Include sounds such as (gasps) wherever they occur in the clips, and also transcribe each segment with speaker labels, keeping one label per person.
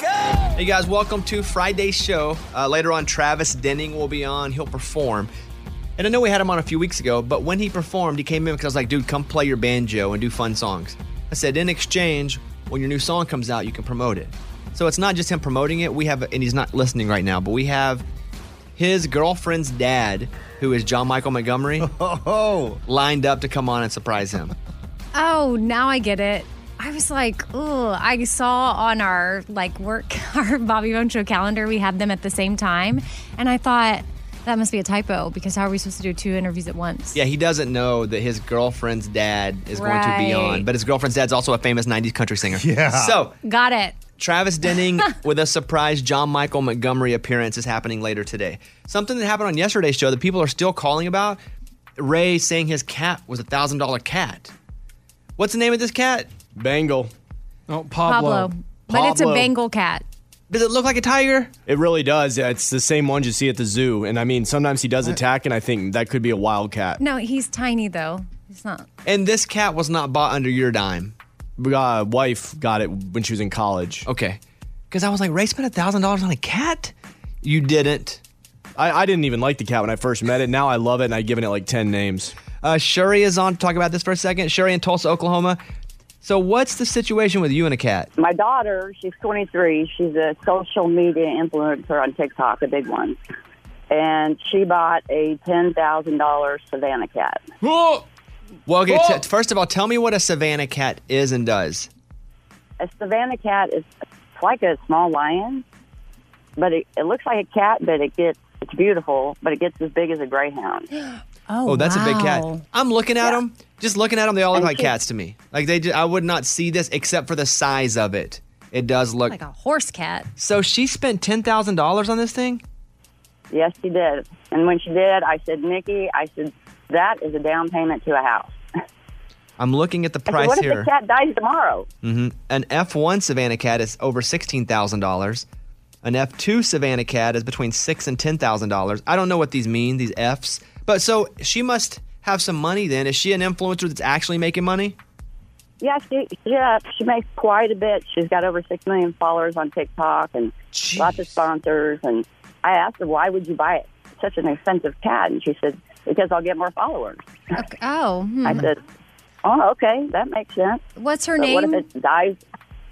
Speaker 1: Hey guys, welcome to Friday's show. Uh, later on, Travis Denning will be on. He'll perform. And I know we had him on a few weeks ago, but when he performed, he came in because I was like, dude, come play your banjo and do fun songs. I said, in exchange, when your new song comes out, you can promote it. So it's not just him promoting it. We have, and he's not listening right now, but we have his girlfriend's dad, who is John Michael Montgomery, lined up to come on and surprise him.
Speaker 2: Oh, now I get it. I was like, oh, I saw on our like work, (laughs) our Bobby Bone Show calendar, we had them at the same time. And I thought, that must be a typo because how are we supposed to do two interviews at once?
Speaker 1: Yeah, he doesn't know that his girlfriend's dad is going to
Speaker 2: Right.
Speaker 1: be on, but his girlfriend's dad's also a famous 90s country singer.
Speaker 3: Yeah.
Speaker 1: So,
Speaker 2: Got it.
Speaker 1: Travis Denning (laughs) with a surprise John Michael Montgomery appearance is happening later today. Something that happened on yesterday's show that people are still calling about Ray saying his cat was a $1,000 cat. What's the name of this cat?
Speaker 4: Bangle.
Speaker 5: Oh,
Speaker 2: Pablo.
Speaker 5: Pablo.
Speaker 2: But it's a
Speaker 4: Pablo.
Speaker 2: Bengal cat.
Speaker 1: Does it look like a tiger?
Speaker 4: It really does. Yeah, It's the same ones you see at the zoo. And I mean, sometimes he does attack, and I think that could be a wildcat.
Speaker 2: No, he's tiny though. He's not.
Speaker 1: And this cat was not bought under your dime.
Speaker 4: Uh, wife got it when she was in college.
Speaker 1: Okay. Because I was like, Ray spent $1,000 on a cat? You didn't.
Speaker 4: I, I didn't even like the cat when I first met it. Now I love it, and I've given it like 10 names.
Speaker 1: Uh, Shuri is on to talk about this for a second. Shuri in Tulsa, Oklahoma. So, what's the situation with you and a cat?
Speaker 6: My daughter, she's 23. She's a social media influencer on TikTok, a big one. And she bought a $10,000 Savannah cat.
Speaker 1: Well, okay,
Speaker 5: Whoa.
Speaker 1: t- first of all, tell me what a Savannah cat is and does.
Speaker 6: A Savannah cat is like a small lion, but it, it looks like a cat, but it gets, it's beautiful, but it gets as big as a
Speaker 1: (gasps)
Speaker 6: greyhound.
Speaker 2: Oh,
Speaker 1: Oh, that's a big
Speaker 2: wow.
Speaker 1: cat. I'm looking at them, just looking at them. They all look
Speaker 6: And
Speaker 1: like
Speaker 6: she-
Speaker 1: cats to me. Like they, just, I would not see this except for the size of it. It
Speaker 6: Oh
Speaker 1: does look.
Speaker 2: Like a horse cat.
Speaker 1: so she spent ten thousand dollars on this thing.
Speaker 6: Yes, she did. And when she did, I said, Nikki, I said, that is a down payment to a house.
Speaker 1: I'm looking at the
Speaker 6: I said,
Speaker 1: price
Speaker 6: what if
Speaker 1: here. Mm-hmm.
Speaker 6: the cat dies tomorrow?
Speaker 1: An F1 Savannah cat is over sixteen thousand dollars. An F2 Savannah cat is between six and ten thousand dollars. I don't know what these mean, these Fs. But so she must have some money then. Is she an influencer that's actually making money?
Speaker 6: Yeah, she yeah, she makes quite a bit. She's got over six million followers on TikTok and lots of sponsors. And I asked her, "Why would you buy it? Such an expensive cat?" And she said, "Because I'll get more followers."
Speaker 2: Okay. Oh, hmm.
Speaker 6: I said, "Oh, okay, that makes sense."
Speaker 2: what's her
Speaker 6: But
Speaker 2: name?
Speaker 6: what if it dies?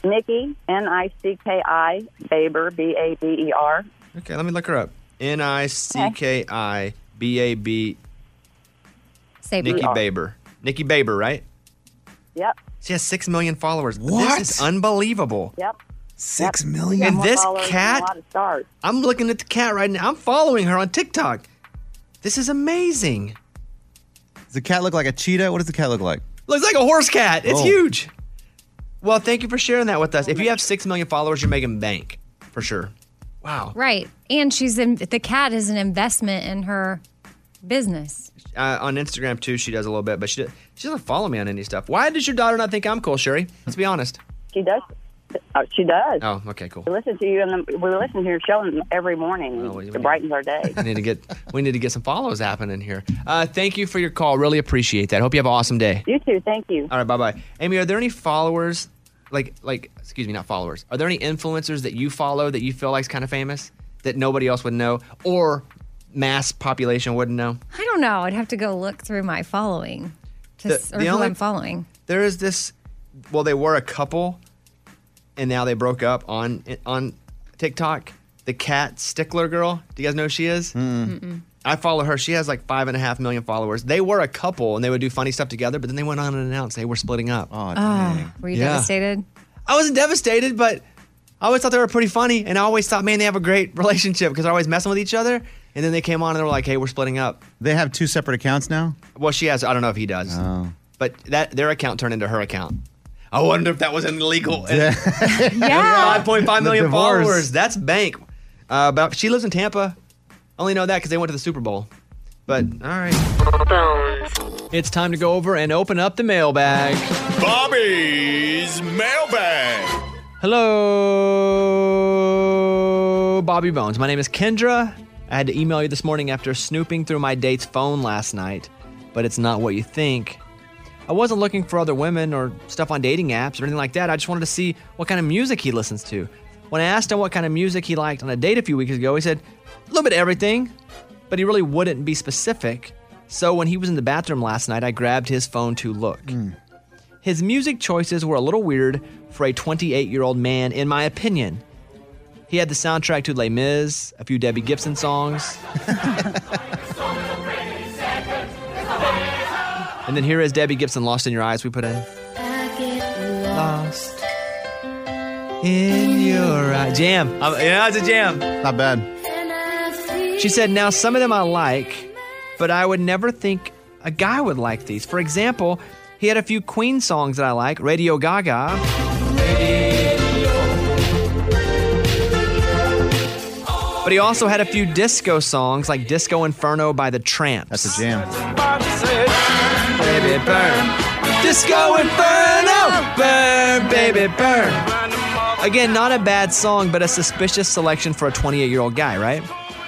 Speaker 6: Nikki N I C K I Baber B A B E R.
Speaker 1: Okay, let me look her up. N I C K I B A B
Speaker 2: Say
Speaker 1: Nikki
Speaker 6: are.
Speaker 1: Baber. Nikki Baber, right?
Speaker 6: Yep,
Speaker 1: She has six million followers.
Speaker 3: What?
Speaker 1: This is unbelievable.
Speaker 6: yep.
Speaker 3: Six
Speaker 6: She got
Speaker 3: million.
Speaker 6: more
Speaker 1: this
Speaker 6: followers than
Speaker 1: cat-
Speaker 6: a lot of stars.
Speaker 1: I'm looking at the cat right now. I'm following her on TikTok. This is amazing.
Speaker 3: Does the cat look like a cheetah? What does the cat look like?
Speaker 1: Looks like a horse cat. It's
Speaker 3: Oh.
Speaker 1: huge. Well, thank you for sharing that with us. If you have six million followers, you're making bank for sure. Wow.
Speaker 2: Right. And she's in the cat is an investment in her business.
Speaker 1: Uh, on Instagram too, she does a little bit, but she she doesn't follow me on any stuff. Why does your daughter not think I'm cool, Sherry? Let's be honest.
Speaker 6: She does. Oh, she does.
Speaker 1: Oh, okay, cool.
Speaker 6: We listen to you, and we listen to your show every morning.
Speaker 1: we-
Speaker 6: it brightens our
Speaker 1: (laughs)
Speaker 6: day.
Speaker 1: We need to get we need to get some follows happening here. Uh, thank you for your call. Really appreciate that. Hope you have an awesome day.
Speaker 6: You too. Thank you.
Speaker 1: All right, bye bye. Amy, are there any followers, like like excuse me, not followers? Are there any influencers that you follow that you feel like is kind of famous that nobody else would know or mass population wouldn't know?
Speaker 2: I don't know. I'd have to go look through my following to
Speaker 1: The-
Speaker 2: s- or
Speaker 1: the
Speaker 2: who
Speaker 1: only-
Speaker 2: I'm following.
Speaker 1: There is this. Well, they were a couple, and now they broke up on on TikTok. The cat stickler girl. Do you guys know who she is?
Speaker 7: Hmm.
Speaker 1: I follow her. She has like five and a half million followers. They were a couple, and they would do funny stuff together. But then they went on and announced they were splitting up.
Speaker 3: Oh, dang.
Speaker 2: Were you
Speaker 1: Yeah.
Speaker 2: devastated?
Speaker 1: I wasn't devastated, but I always thought they were pretty funny, and I always thought, man, they have a great relationship because they're always messing with each other. And then they came on and they were like, hey, we're splitting up.
Speaker 3: They have two separate accounts now.
Speaker 1: Well, she has. I don't know if he does,
Speaker 3: Oh.
Speaker 1: but that their account turned into her account. I wonder if that was
Speaker 3: (laughs)
Speaker 1: illegal.
Speaker 2: (laughs) Yeah.
Speaker 1: 5.5 million
Speaker 3: divorce.
Speaker 1: followers. That's bank. Uh, but she lives in Tampa. Only know that because they went to the Super Bowl. But all right, it's time to go over and open up the mailbag.
Speaker 8: Bobby's Mailbag.
Speaker 1: Hello, Bobby Bones. My name is Kendra. I had to email you this morning after snooping through my date's phone last night, but it's not what you think. I wasn't looking for other women or stuff on dating apps or anything like that. I just wanted to see what kind of music he listens to. When I asked him what kind of music he liked on a date a few weeks ago, he said, a little bit of everything, but he really wouldn't be specific. So when he was in the bathroom last night, I grabbed his phone to look. His music choices were a little weird for a 28 year old man, in my opinion. He had the soundtrack to Les Mis, a few Debbie
Speaker 3: (laughs)
Speaker 1: Gibson songs. and then here is Debbie Gibson, Lost in Your Eyes, we put in. Lost in Your Eyes. Jam. Um, yeah, it's a jam.
Speaker 3: Not bad.
Speaker 1: She said, Now, some of them I like, but I would never think a guy would like these. For example, he had a few Queen songs that I like Radio Gaga. But he also had a few disco songs like Disco Inferno by The Tramps.
Speaker 3: That's a jam.
Speaker 1: Baby burn. Disco Inferno. Burn, baby, burn. Again, not a bad song, but a suspicious selection for a 28 year old guy, right?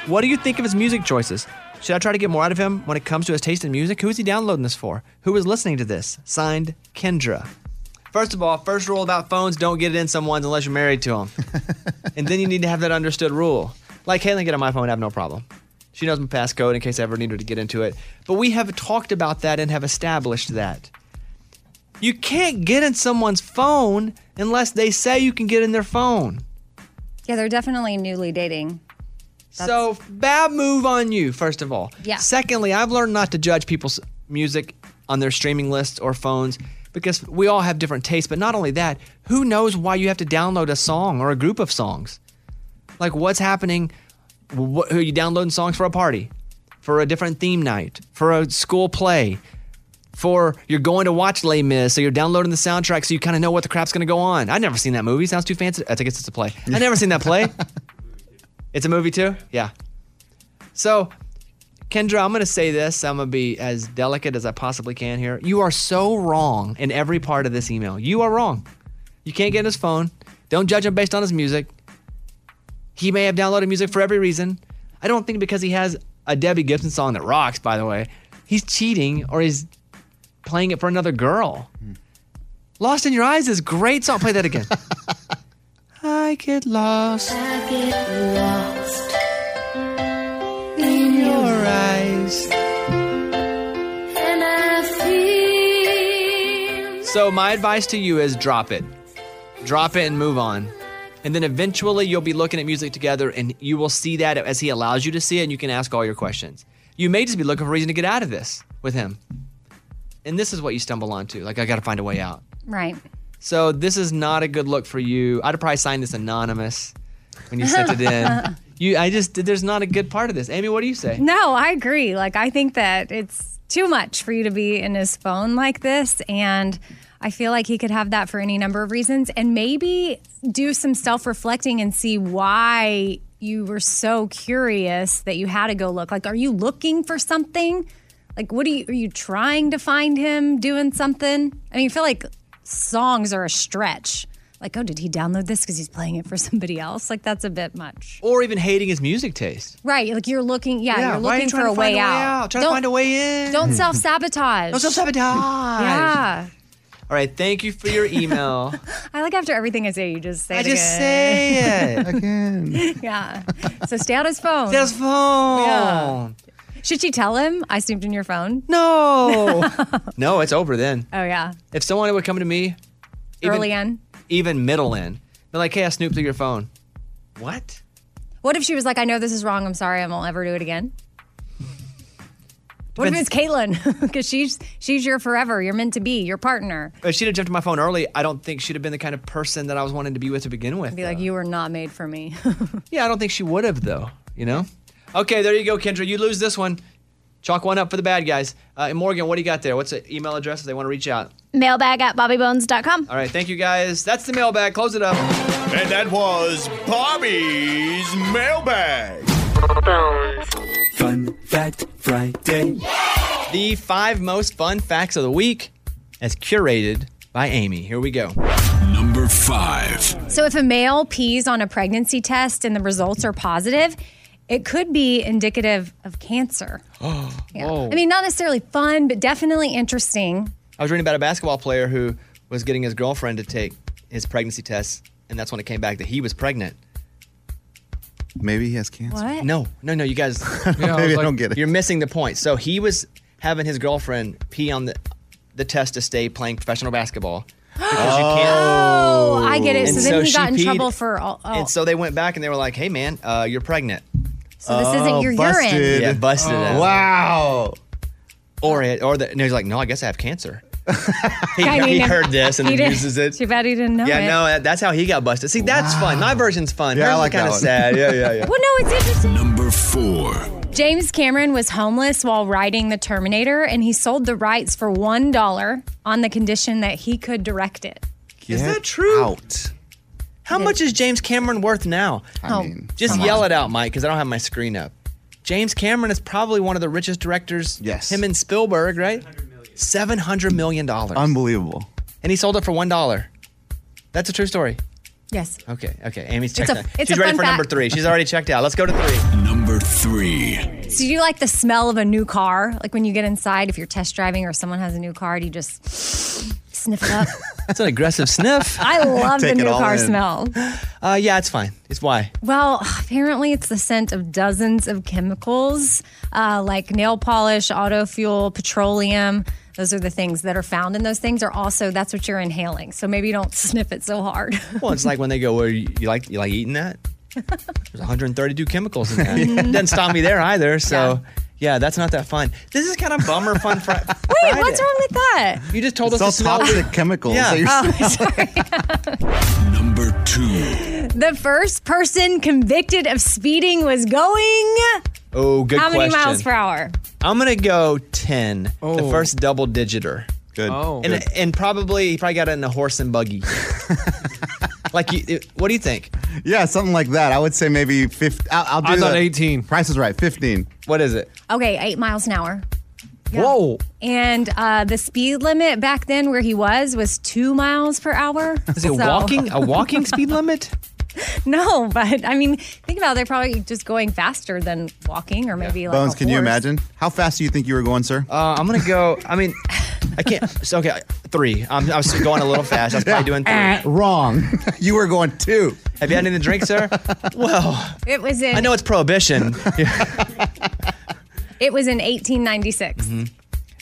Speaker 1: What do you think of his music choices? Should I try to get more out of him when it comes to his taste in music? Who is he downloading this for? Who is listening to this? Signed, Kendra. First of all, first rule about phones don't get it in someone's unless you're married to them. and then you need to have that understood rule. Like, Caitlin, get on my phone, I have no problem. She knows my passcode in case I ever need her to get into it. But we have talked about that and have established that. You can't get in someone's phone unless they say you can get in their phone.
Speaker 2: Yeah, they're definitely newly dating.
Speaker 1: so, bad move on you, first of all.
Speaker 2: Yeah.
Speaker 1: Secondly, I've learned not to judge people's music on their streaming lists or phones because we all have different tastes. But not only that, who knows why you have to download a song or a group of songs? Like, what's happening? What, who are you downloading songs for a party? For a different theme night? For a school play? For you're going to watch Les Mis, so you're downloading the soundtrack so you kind of know what the crap's going to go on. I've never seen that movie. Sounds too fancy. I think it's just a play. I've never seen that play. It's a movie too? Yeah. So, Kendra, I'm going to say this. I'm going to be as delicate as I possibly can here. You are so wrong in every part of this email. You are wrong. You can't get in his phone. Don't judge him based on his music. He may have downloaded music for every reason. I don't think because he has a Debbie Gibson song that rocks, by the way, he's cheating or he's playing it for another girl. Lost in Your Eyes is a great song. Play that again. I get lost. your eyes. So, my advice to you is drop it. Drop it and move on. And then eventually you'll be looking at music together and you will see that as he allows you to see it and you can ask all your questions. You may just be looking for a reason to get out of this with him. And this is what you stumble onto. Like, I got to find a way out.
Speaker 2: Right.
Speaker 1: So this is not a good look for you. I'd probably sign this anonymous when you sent
Speaker 2: (laughs)
Speaker 1: it in. You, I just there's not a good part of this. Amy, what do you say?
Speaker 2: No, I agree. Like, I think that it's too much for you to be in his phone like this. And I feel like he could have that for any number of reasons. And maybe do some self reflecting and see why you were so curious that you had to go look. Like, are you looking for something? Like, what are you, are you trying to find him doing something? I mean, I feel like songs are a stretch. Like, oh, did he download this because he's playing it for somebody else? Like, that's a bit much.
Speaker 1: Or even hating his music taste.
Speaker 2: Right. Like you're looking, yeah, you're
Speaker 1: why are
Speaker 2: looking
Speaker 1: you
Speaker 2: for
Speaker 1: trying
Speaker 2: a
Speaker 1: to find
Speaker 2: way, out.
Speaker 1: Trying to find a way in. Hmm.
Speaker 2: Don't self sabotage.
Speaker 1: Don't self sabotage.
Speaker 2: Yeah.
Speaker 1: All right. Thank you for your email.
Speaker 2: I like after everything I say, you just say
Speaker 1: I
Speaker 2: it
Speaker 1: just
Speaker 2: again.
Speaker 1: say
Speaker 2: (laughs)
Speaker 1: it.
Speaker 3: Again.
Speaker 2: Yeah. So stay on his phone.
Speaker 1: That's phone.
Speaker 2: (laughs) Yeah. Should she tell him I snooped in your phone?
Speaker 1: No. no, it's over then.
Speaker 2: (laughs) Oh yeah.
Speaker 1: If someone would come to me, even,
Speaker 2: Early in.
Speaker 1: even middle in, they're like, "Hey, I snooped through your phone." What?
Speaker 2: What if she was like, I know this is wrong. I'm sorry. I won't ever do it again. What if it's
Speaker 1: Depends-
Speaker 2: Caitlin? (laughs) Because she's she's your forever. You're meant to be your partner.
Speaker 1: If she'd have jumped on my phone early, I don't think she'd have been the kind of person that I was wanting to be with to begin with.
Speaker 2: Be like, you were not made for me.
Speaker 1: yeah, I don't think she would have though. You know? Okay, there you go, Kendra. You lose this one. Chalk one up for the bad guys. Uh, and Morgan, what do you got there? What's the email address if they want to reach out?
Speaker 5: Mailbag at bobbybones.com.
Speaker 1: All right, thank you guys. That's the mailbag. Close it up.
Speaker 8: And that was Bobby's Mailbag.
Speaker 9: Fun Fact Friday.
Speaker 1: The five most fun facts of the week, as curated by Amy. Here we go.
Speaker 9: Number five.
Speaker 1: (gasps)
Speaker 2: So if a male pees on a pregnancy test and the results are positive, it could be indicative of cancer. Yeah. I mean, not necessarily fun, but definitely interesting.
Speaker 1: I was reading about a basketball player who was getting his girlfriend to take his pregnancy test, and that's when it came back that he was pregnant.
Speaker 3: Maybe he has cancer.
Speaker 2: What?
Speaker 1: No, no, no. You guys, (laughs)
Speaker 3: (laughs) Maybe I, don't get it.
Speaker 1: you're missing the point. So he was having his girlfriend pee on the the test to stay playing
Speaker 3: (gasps)
Speaker 1: professional basketball because you can't.
Speaker 2: Oh, I get it. So
Speaker 1: And
Speaker 2: then
Speaker 1: so
Speaker 2: he
Speaker 1: she
Speaker 2: got in
Speaker 1: peed-
Speaker 2: trouble for all. Oh,
Speaker 1: And so they went back and they were like, "Hey, man, uh, you're pregnant."
Speaker 2: so this isn't your urine.
Speaker 3: Oh, busted. Oh.
Speaker 1: Yeah, busted it. out.
Speaker 3: Wow.
Speaker 1: Or it, or the, and he's like, "No, I guess I have
Speaker 3: (laughs)
Speaker 1: cancer." he,
Speaker 2: I
Speaker 1: he
Speaker 2: mean,
Speaker 1: heard this and
Speaker 2: he didn't-
Speaker 1: uses it.
Speaker 2: Too bad he didn't know
Speaker 1: Yeah,
Speaker 2: it.
Speaker 1: no, that- that's how he got busted. See, that's fun. My version's fun.
Speaker 3: Yeah, I like that
Speaker 1: kind of
Speaker 3: one.
Speaker 1: sad. Yeah,
Speaker 2: (laughs)
Speaker 1: yeah, yeah.
Speaker 2: Well, no, it's interesting.
Speaker 9: Number four.
Speaker 2: James Cameron was homeless while riding the Terminator, and he sold the rights for one dollar on the condition that he could direct it.
Speaker 3: Is
Speaker 1: that true?
Speaker 3: Out.
Speaker 1: How much is James Cameron worth now?
Speaker 3: I
Speaker 2: Oh.
Speaker 3: mean,
Speaker 1: Just
Speaker 3: come
Speaker 1: yell
Speaker 3: on.
Speaker 1: it out, Mike, because I don't have my screen up. James Cameron is probably one of the richest directors.
Speaker 3: Yes.
Speaker 1: Him and Spielberg, right? Seven hundred million dollars,
Speaker 3: Unbelievable.
Speaker 1: and he sold it for one dollar. That's a true story.
Speaker 2: Yes.
Speaker 1: Okay, okay. Amy's checked
Speaker 2: a-
Speaker 1: out.
Speaker 2: it's
Speaker 1: She's
Speaker 2: a
Speaker 1: ready
Speaker 2: fun
Speaker 1: for number
Speaker 2: fact.
Speaker 1: three. She's already checked out. Let's go to three.
Speaker 9: Number three.
Speaker 2: So you like the smell of a new car? Like when you get inside, if you're test driving or someone has a new car, do you just sniff it
Speaker 3: (laughs)
Speaker 2: up?
Speaker 1: That's an aggressive sniff.
Speaker 2: I love the
Speaker 3: Take it
Speaker 2: new
Speaker 3: all
Speaker 2: car
Speaker 3: in.
Speaker 2: smell.
Speaker 1: Uh, yeah, it's fine. It's why.
Speaker 2: Well, apparently it's the scent of dozens of chemicals uh, like nail polish, auto fuel, petroleum. Those are the things that are found in those things. Are also that's what you're inhaling. So maybe you don't (laughs) sniff it so hard.
Speaker 1: Well, it's like when they go, "Well, you you like you like
Speaker 2: (laughs)
Speaker 1: eating that?" There's 132 chemicals in that. Doesn't stop me there either. So, yeah, that's not that fun. This is kind of bummer
Speaker 2: (laughs)
Speaker 1: fun. Fri-
Speaker 2: Wait,
Speaker 1: Friday.
Speaker 2: wrong with that? Oh.
Speaker 1: You just told
Speaker 3: It's all
Speaker 1: us to smell.
Speaker 3: toxic chemicals.
Speaker 1: Yeah.
Speaker 3: that you're- (laughs)
Speaker 9: Number two.
Speaker 2: The first person convicted of speeding was going
Speaker 1: Oh, good
Speaker 2: how
Speaker 1: question.
Speaker 2: many miles per hour?
Speaker 1: I'm gonna go 10. The
Speaker 4: Oh.
Speaker 1: first double digiter,
Speaker 3: Good.
Speaker 4: Oh.
Speaker 1: and and probably he probably got it in a horse
Speaker 3: (laughs)
Speaker 1: and buggy. like, you, it- what do you think?
Speaker 3: Yeah, something like that. I would say maybe 15. I'll, I'll do
Speaker 4: I thought
Speaker 3: the-
Speaker 4: 18.
Speaker 3: Price is right. 15.
Speaker 1: What is it?
Speaker 2: Okay, eight miles an hour.
Speaker 4: Whoa.
Speaker 2: And uh, the speed limit back then where he was was two miles per hour.
Speaker 1: Is it
Speaker 2: So-
Speaker 1: walking?
Speaker 2: (laughs)
Speaker 1: A walking speed limit?
Speaker 2: No, but I mean, think about it. They're probably just going faster than walking or maybe like.
Speaker 3: Bones,
Speaker 2: a
Speaker 3: can you
Speaker 2: horse.
Speaker 3: imagine? How fast do you think you were going, sir?
Speaker 1: Uh, I'm gonna go. I mean, I can't. So okay, three. I'm, I was going a little fast. I was probably doing three. Have
Speaker 3: Wrong. (laughs) you were going two.
Speaker 1: you had anything to
Speaker 3: (laughs)
Speaker 1: drink, sir? Well,
Speaker 2: It was in.
Speaker 1: I know it's prohibition,
Speaker 2: It was in 1896.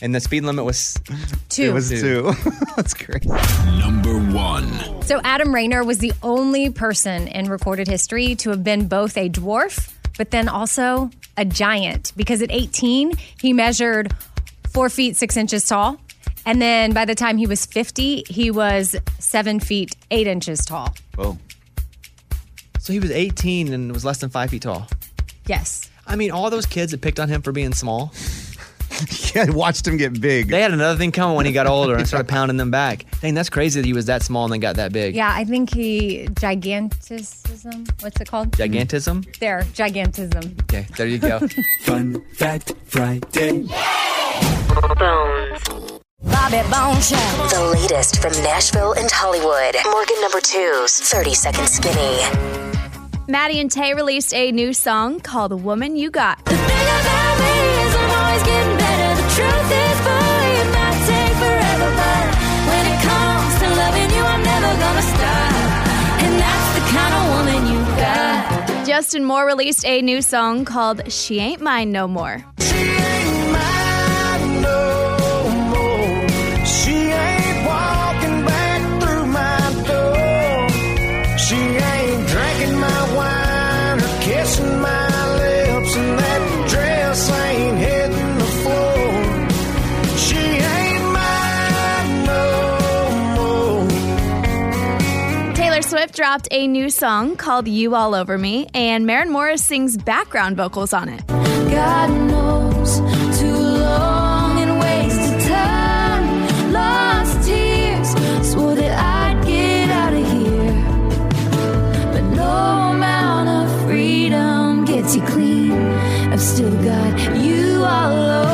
Speaker 1: and the speed limit was.
Speaker 2: Two.
Speaker 3: It was
Speaker 1: (laughs)
Speaker 3: two. That's crazy.
Speaker 9: Number one.
Speaker 2: So Adam Rayner was the only person in recorded history to have been both a dwarf, but then also a giant, because at 18, he measured four feet, six inches tall. And then by the time he was 50, he was seven feet, eight inches tall.
Speaker 3: Whoa.
Speaker 1: So he was 18 and was less than five feet tall.
Speaker 2: Yes.
Speaker 1: I mean, all those kids that picked on him for being small,
Speaker 3: (laughs) Yeah, I watched him get big.
Speaker 1: they had another thing coming when he got older and started pounding them back. Dang, that's crazy that he was that small and then got that big.
Speaker 2: Yeah, I think he gigantism. What's it called?
Speaker 1: Gigantism.
Speaker 2: there, gigantism.
Speaker 1: Okay, there
Speaker 2: (laughs)
Speaker 1: you go.
Speaker 9: Fun Fact Friday.
Speaker 10: Bobby Bone Show. The latest from Nashville and Hollywood. Morgan number two's 30 Second Skinny.
Speaker 5: Maddie and Tay released a new song called The Woman You Got. Justin Moore released a new song called She Ain't Mine No More. Taylor Swift dropped a new song called You All Over Me, and Maren Morris sings background vocals on it. God knows, too long and wasted time, lost tears, swore that I'd get out of here. But no amount of freedom gets you clean. I've still got you all over me.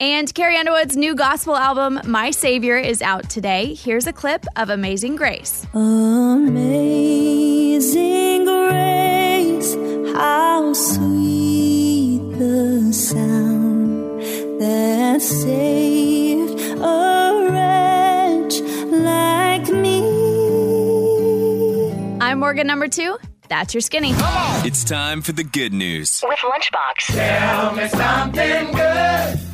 Speaker 5: And Carrie Underwood's new gospel album, My Savior, is out today. Here's a clip of Amazing Grace.
Speaker 10: Amazing grace, how sweet the sound that saved a wretch like me.
Speaker 5: Morgan number two, that's your skinny.
Speaker 11: It's time for the good news.
Speaker 10: With Lunchbox.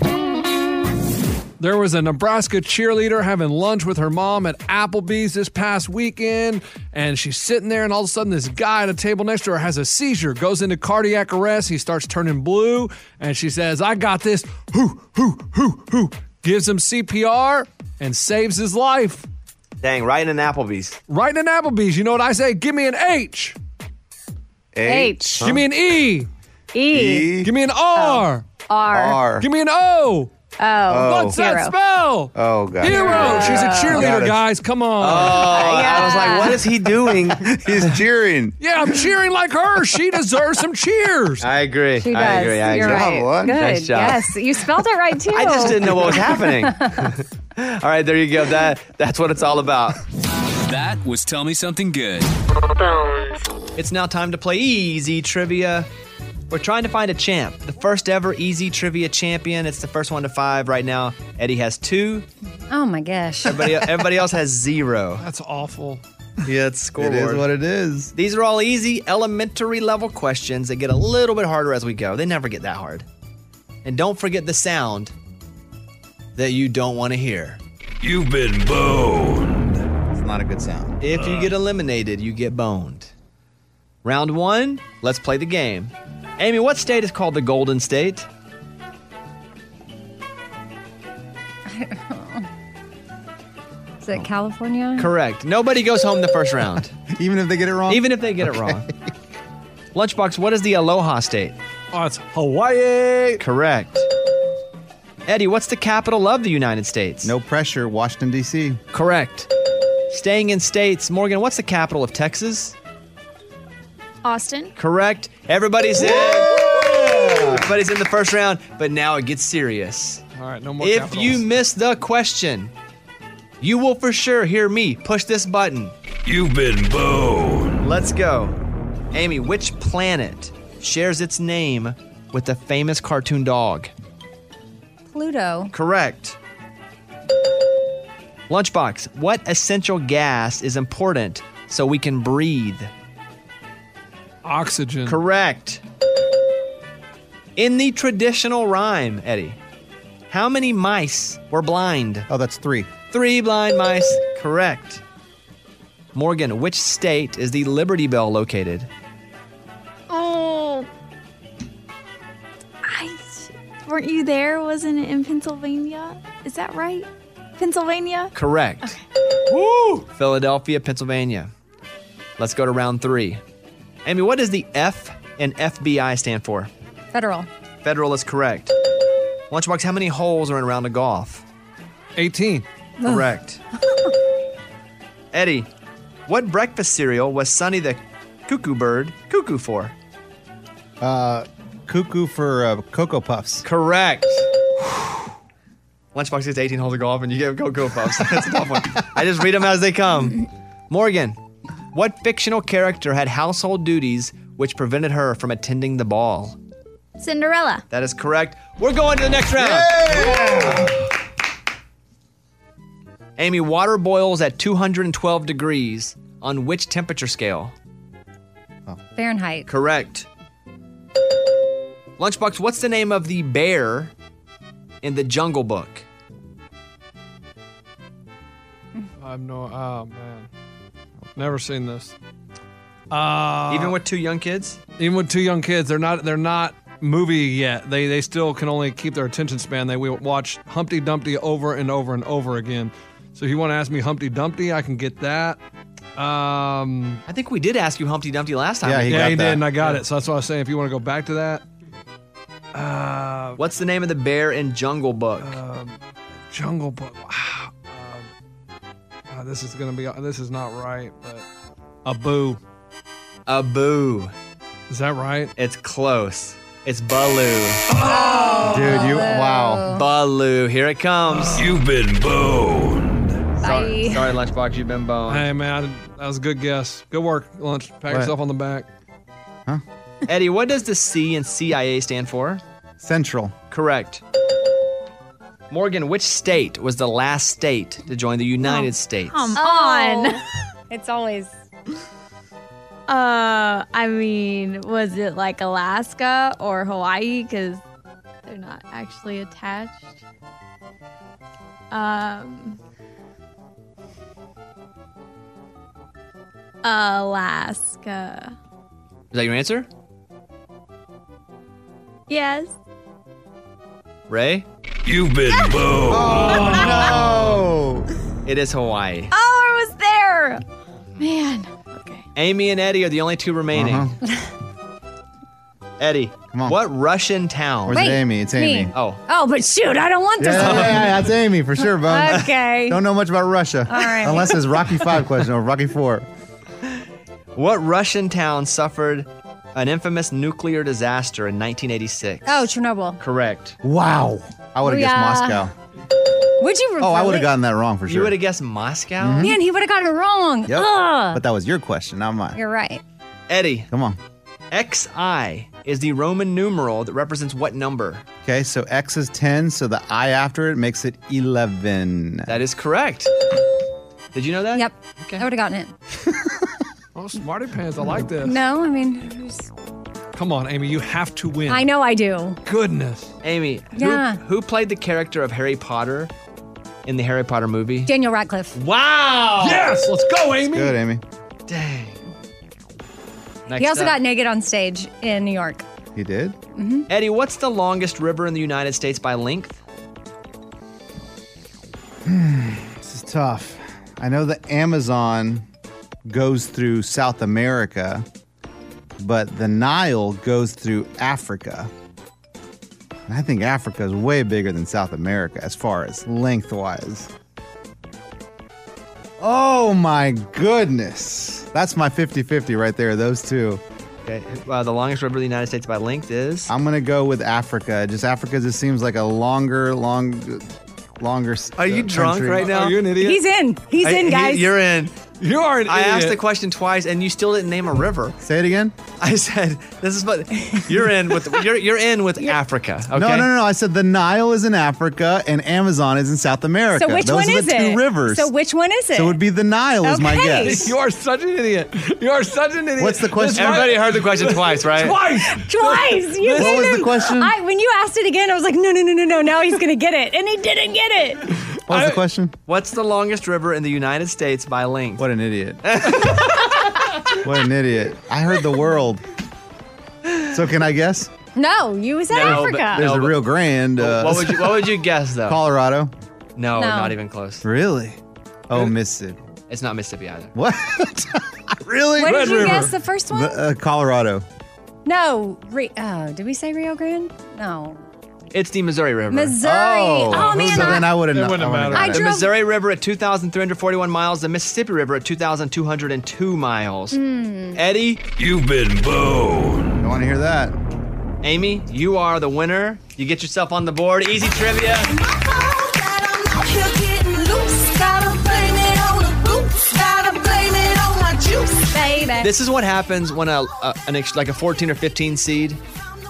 Speaker 12: There was a Nebraska cheerleader having lunch with her mom at Applebee's this past weekend, and she's sitting there, and all of a sudden, this guy at a table next to her has a seizure, goes into cardiac arrest. He starts turning blue, and she says, I got this. Who, who, who, who? Gives him CPR and saves his life.
Speaker 1: Dang, right in an Applebee's.
Speaker 12: Right in an Applebee's. You know what I say? Give me an H.
Speaker 1: H.
Speaker 12: Give me an E.
Speaker 5: E.
Speaker 12: Give me an R.
Speaker 5: R.
Speaker 3: R.
Speaker 12: Give me an O.
Speaker 5: Oh.
Speaker 12: What's that
Speaker 5: Hero.
Speaker 12: spell?
Speaker 3: Oh, God.
Speaker 12: Hero. She's a
Speaker 3: Got
Speaker 12: cheerleader,
Speaker 3: it. Oh,
Speaker 12: guys. Come on.
Speaker 1: Oh, I was like, what is he doing?
Speaker 3: (laughs) He's cheering.
Speaker 12: Yeah, I'm cheering like her. She deserves some cheers.
Speaker 1: I agree.
Speaker 2: She does.
Speaker 1: I agree. I
Speaker 2: You're
Speaker 1: agree.
Speaker 2: right.
Speaker 3: One.
Speaker 2: Good.
Speaker 1: Nice job.
Speaker 2: Yes, you spelled it right too.
Speaker 1: I just didn't know what was happening. all right, there you go. That that's what it's all about.
Speaker 11: That was Tell Me Something Good.
Speaker 1: It's now time to play easy trivia. We're trying to find a champ, the first ever easy trivia champion. It's the first one to five right now. Eddie has two.
Speaker 2: (laughs) Oh my gosh. (laughs)
Speaker 1: Everybody, everybody else has zero.
Speaker 12: That's awful.
Speaker 1: (laughs) Yeah, it's scoreboard.
Speaker 3: It is what it is.
Speaker 1: These are all easy, elementary level questions that get a little bit harder as we go. They never get that hard. And don't forget the sound that you don't want to hear.
Speaker 9: You've been boned.
Speaker 3: It's not a good sound.
Speaker 1: If you get eliminated, you get boned. Round one, let's play the game. Amy, what state is called the Golden State?
Speaker 2: Is it California?
Speaker 1: Correct. Nobody goes home the first round,
Speaker 3: (laughs) Even if they get it wrong.
Speaker 1: even if they get it wrong. Lunchbox, what is the Aloha State?
Speaker 12: Oh, it's Hawaii.
Speaker 1: Correct. Eddie, what's the capital of the United States?
Speaker 3: no pressure. Washington D.C.
Speaker 1: Correct. Staying in states, Morgan, what's the capital of Texas?
Speaker 5: Austin.
Speaker 1: Correct. Everybody's in. Everybody's in the first round, but now it gets serious.
Speaker 12: All right, no more.
Speaker 1: If
Speaker 12: capitals.
Speaker 1: you miss the question, you will for sure hear me push this button.
Speaker 9: You've been boned.
Speaker 1: Let's go. Amy, which planet shares its name with the famous cartoon dog?
Speaker 2: Pluto.
Speaker 1: Correct. Lunchbox, what essential gas is important so we can breathe?
Speaker 12: oxygen,
Speaker 1: Correct. In the traditional rhyme, Eddie, how many mice were blind?
Speaker 3: Oh, that's three.
Speaker 1: Three blind mice. Correct. Morgan, which state is the Liberty Bell located?
Speaker 5: Oh. I. Weren't you there? Wasn't it in Pennsylvania? Is that right? Pennsylvania?
Speaker 1: Correct. Woo! Philadelphia, Pennsylvania. Let's go to round three. Amy, what does the F and FBI stand for?
Speaker 2: Federal.
Speaker 1: Federal is correct. Lunchbox, how many holes are in a round of golf?
Speaker 12: 18.
Speaker 1: (laughs) Correct. Eddie, what breakfast cereal was Sonny the Cuckoo Bird cuckoo for?
Speaker 3: Uh, Cuckoo for uh, Cocoa Puffs.
Speaker 1: Correct. (sighs) Lunchbox gets 18 holes of golf and you get Cocoa Puffs. (laughs) That's a tough one. I just read them as they come. Morgan, what fictional character had household duties which prevented her from attending the ball?
Speaker 5: Cinderella.
Speaker 1: That is correct. We're going to the next round. Amy, water boils at 212 degrees on which temperature scale?
Speaker 2: Fahrenheit.
Speaker 1: Correct. Lunchbox, what's the name of the bear in the Jungle Book?
Speaker 12: I'm no. Oh man, never seen this. Uh,
Speaker 1: Even with two young kids?
Speaker 12: even with two young kids, they're not. They're not movie yet. They they still can only keep their attention span. They will watch Humpty Dumpty over and over and over again. So if you want to ask me Humpty Dumpty, I can get that. Um,
Speaker 1: I think we did ask you Humpty Dumpty last time.
Speaker 3: Yeah, he-
Speaker 12: yeah,
Speaker 3: got
Speaker 12: he
Speaker 3: that.
Speaker 12: did, and I got it. So that's what I was saying. If you want to go back to that, uh,
Speaker 1: What's the name of the bear in Jungle Book?
Speaker 12: Um, Jungle Book. Wow. Um, uh, this is gonna be. This is not right, but Abu.
Speaker 1: Abu.
Speaker 12: Is that right?
Speaker 1: It's close. It's Baloo.
Speaker 3: Dude, you. Wow.
Speaker 1: Baloo. Here it comes.
Speaker 9: You've been boned.
Speaker 1: Sorry,
Speaker 2: Bye.
Speaker 1: sorry, Lunchbox, you've been boned.
Speaker 12: Hey man, that was a good guess. Good work, lunch. Pat yourself on the back.
Speaker 1: Eddie, what does the C in CIA stand for?
Speaker 3: Central.
Speaker 1: Correct. Morgan, which state was the last Oh. (laughs) state to join the United States?
Speaker 5: On.
Speaker 2: It's always
Speaker 5: Uh, I mean, was it like Alaska or Hawaii? Because they're not actually attached. Um, Alaska.
Speaker 1: Is that your answer?
Speaker 5: Yes.
Speaker 1: Ray?
Speaker 9: You've been booed.
Speaker 1: Oh, no. It is Hawaii.
Speaker 5: Oh, I was there. Man.
Speaker 1: Amy and Eddie are the only two remaining.
Speaker 3: Uh-huh.
Speaker 1: (laughs) Eddie, what Russian town?
Speaker 3: Or is it Wait, Amy? It's Amy. me.
Speaker 1: Oh.
Speaker 2: Oh, but shoot, I don't want
Speaker 3: Yeah,
Speaker 2: this
Speaker 3: (laughs) yeah,
Speaker 2: one.
Speaker 3: yeah, yeah, that's Amy for sure, Bone.
Speaker 2: Okay.
Speaker 3: Don't know much about Russia.
Speaker 2: All right.
Speaker 3: Unless it's
Speaker 2: (laughs)
Speaker 3: Rocky Five question or Rocky Four.
Speaker 1: What Russian town suffered an infamous nuclear disaster in 1986?
Speaker 2: Oh, Chernobyl.
Speaker 1: Correct.
Speaker 3: Wow. I would have guessed
Speaker 2: Yeah.
Speaker 3: Moscow.
Speaker 2: Would you?
Speaker 3: Oh, I
Speaker 2: really?
Speaker 3: would have gotten that wrong for
Speaker 1: You
Speaker 3: sure. Mm-hmm.
Speaker 1: would have guessed Moscow?
Speaker 2: Man, he would have gotten it wrong.
Speaker 3: Yep.
Speaker 2: Ugh.
Speaker 3: But that was your question, not mine.
Speaker 2: You're right.
Speaker 1: Eddie.
Speaker 3: Come on.
Speaker 1: XI is the Roman numeral that represents what number?
Speaker 3: Okay, so X is 10, so the I after it makes it 11.
Speaker 1: That is correct. Did you know that?
Speaker 2: Yep. I would have gotten it.
Speaker 12: Oh, smarty pants. I like this.
Speaker 2: No, I mean, it was-
Speaker 12: Come on, Amy. You have to win.
Speaker 2: I know I do.
Speaker 12: Goodness.
Speaker 1: Amy,
Speaker 2: Yeah.
Speaker 1: who, who played the character of Harry Potter in the Harry Potter movie?
Speaker 2: Daniel Radcliffe.
Speaker 1: Wow.
Speaker 12: Yes, let's go, Amy.
Speaker 3: Good, Amy.
Speaker 1: Dang. Next
Speaker 2: he also
Speaker 1: up.
Speaker 2: got naked on stage in New York. Mm-hmm.
Speaker 3: He did?
Speaker 1: Eddie, what's the longest river in the United States by length?
Speaker 3: (sighs) This is tough. I know the Amazon goes through South America, but the Nile goes through Africa. And I think Africa is way bigger than South America as far as lengthwise. Oh my goodness. That's my 50 50 right there, those two.
Speaker 1: Okay. Uh, the longest river in the United States by length is.
Speaker 3: I'm going to go with Africa. Just Africa just seems like a longer, long, longer. s-
Speaker 1: Are you
Speaker 3: uh,
Speaker 1: drunk
Speaker 3: country.
Speaker 1: right now?
Speaker 12: Are you Oh, an idiot?
Speaker 2: He's in. He's
Speaker 1: I-
Speaker 2: in,
Speaker 1: he-
Speaker 2: guys.
Speaker 1: you're in.
Speaker 12: you are an
Speaker 1: I
Speaker 12: idiot.
Speaker 1: asked the question twice, and you still didn't name a river.
Speaker 3: Say it again.
Speaker 1: I said, "This is what you're in with. You're, you're
Speaker 2: (laughs)
Speaker 1: in with Africa." Okay.
Speaker 3: No, no, no, no. I said the Nile is in Africa and Amazon is in South America.
Speaker 2: so which
Speaker 3: Those
Speaker 2: one
Speaker 3: are
Speaker 2: is
Speaker 3: the two
Speaker 2: it?
Speaker 3: rivers.
Speaker 2: So which one is it?
Speaker 3: So it would be the Nile is my
Speaker 2: Okay.
Speaker 1: (laughs)
Speaker 3: guess.
Speaker 12: (laughs) You are such an idiot. You are such an idiot.
Speaker 3: What's the
Speaker 12: This
Speaker 3: question?
Speaker 12: might-
Speaker 1: Everybody heard the question twice, right?
Speaker 12: Twice.
Speaker 2: (laughs) Twice. You
Speaker 3: What
Speaker 2: gave
Speaker 3: was the
Speaker 2: him-
Speaker 3: question?
Speaker 2: I, when you asked it again, I was like, no, no, no, no, no. Now he's gonna get it, and he didn't get it.
Speaker 3: What was the question?
Speaker 1: What's the longest river in the United States by length?
Speaker 3: What an idiot. what an idiot. I heard the world. So can I guess?
Speaker 2: No, you said
Speaker 1: No, but
Speaker 2: Africa.
Speaker 3: There's
Speaker 1: No,
Speaker 3: a
Speaker 1: but-
Speaker 3: real grand uh,
Speaker 1: (laughs) What would you What would you guess
Speaker 3: (laughs)
Speaker 1: though?
Speaker 3: Colorado.
Speaker 1: no,
Speaker 2: No.
Speaker 1: not even close.
Speaker 3: Really? Oh, Mississippi.
Speaker 1: It's not Mississippi either.
Speaker 3: What? really?
Speaker 2: what
Speaker 12: Red
Speaker 2: did you
Speaker 12: River.
Speaker 2: guess? The first one?
Speaker 3: The, uh, Colorado.
Speaker 2: no. Re- oh, did we say Rio Grande? No.
Speaker 1: It's the Missouri River.
Speaker 2: Missouri.
Speaker 3: Oh,
Speaker 2: Oh, man.
Speaker 3: so then
Speaker 2: I-
Speaker 3: I would have
Speaker 12: It
Speaker 3: known.
Speaker 12: wouldn't matter.
Speaker 2: I
Speaker 1: the
Speaker 2: drove-
Speaker 1: Missouri River at 2,341 miles, the Mississippi River at 2,202 miles.
Speaker 2: Hmm.
Speaker 5: Hmm.
Speaker 1: Eddie,
Speaker 9: You've been booed.
Speaker 3: I want to hear that.
Speaker 1: Amy, you are the winner. You get yourself on the board. Easy trivia.
Speaker 2: baby.
Speaker 1: This is what happens when a, a an ex, like a 14 or 15 seed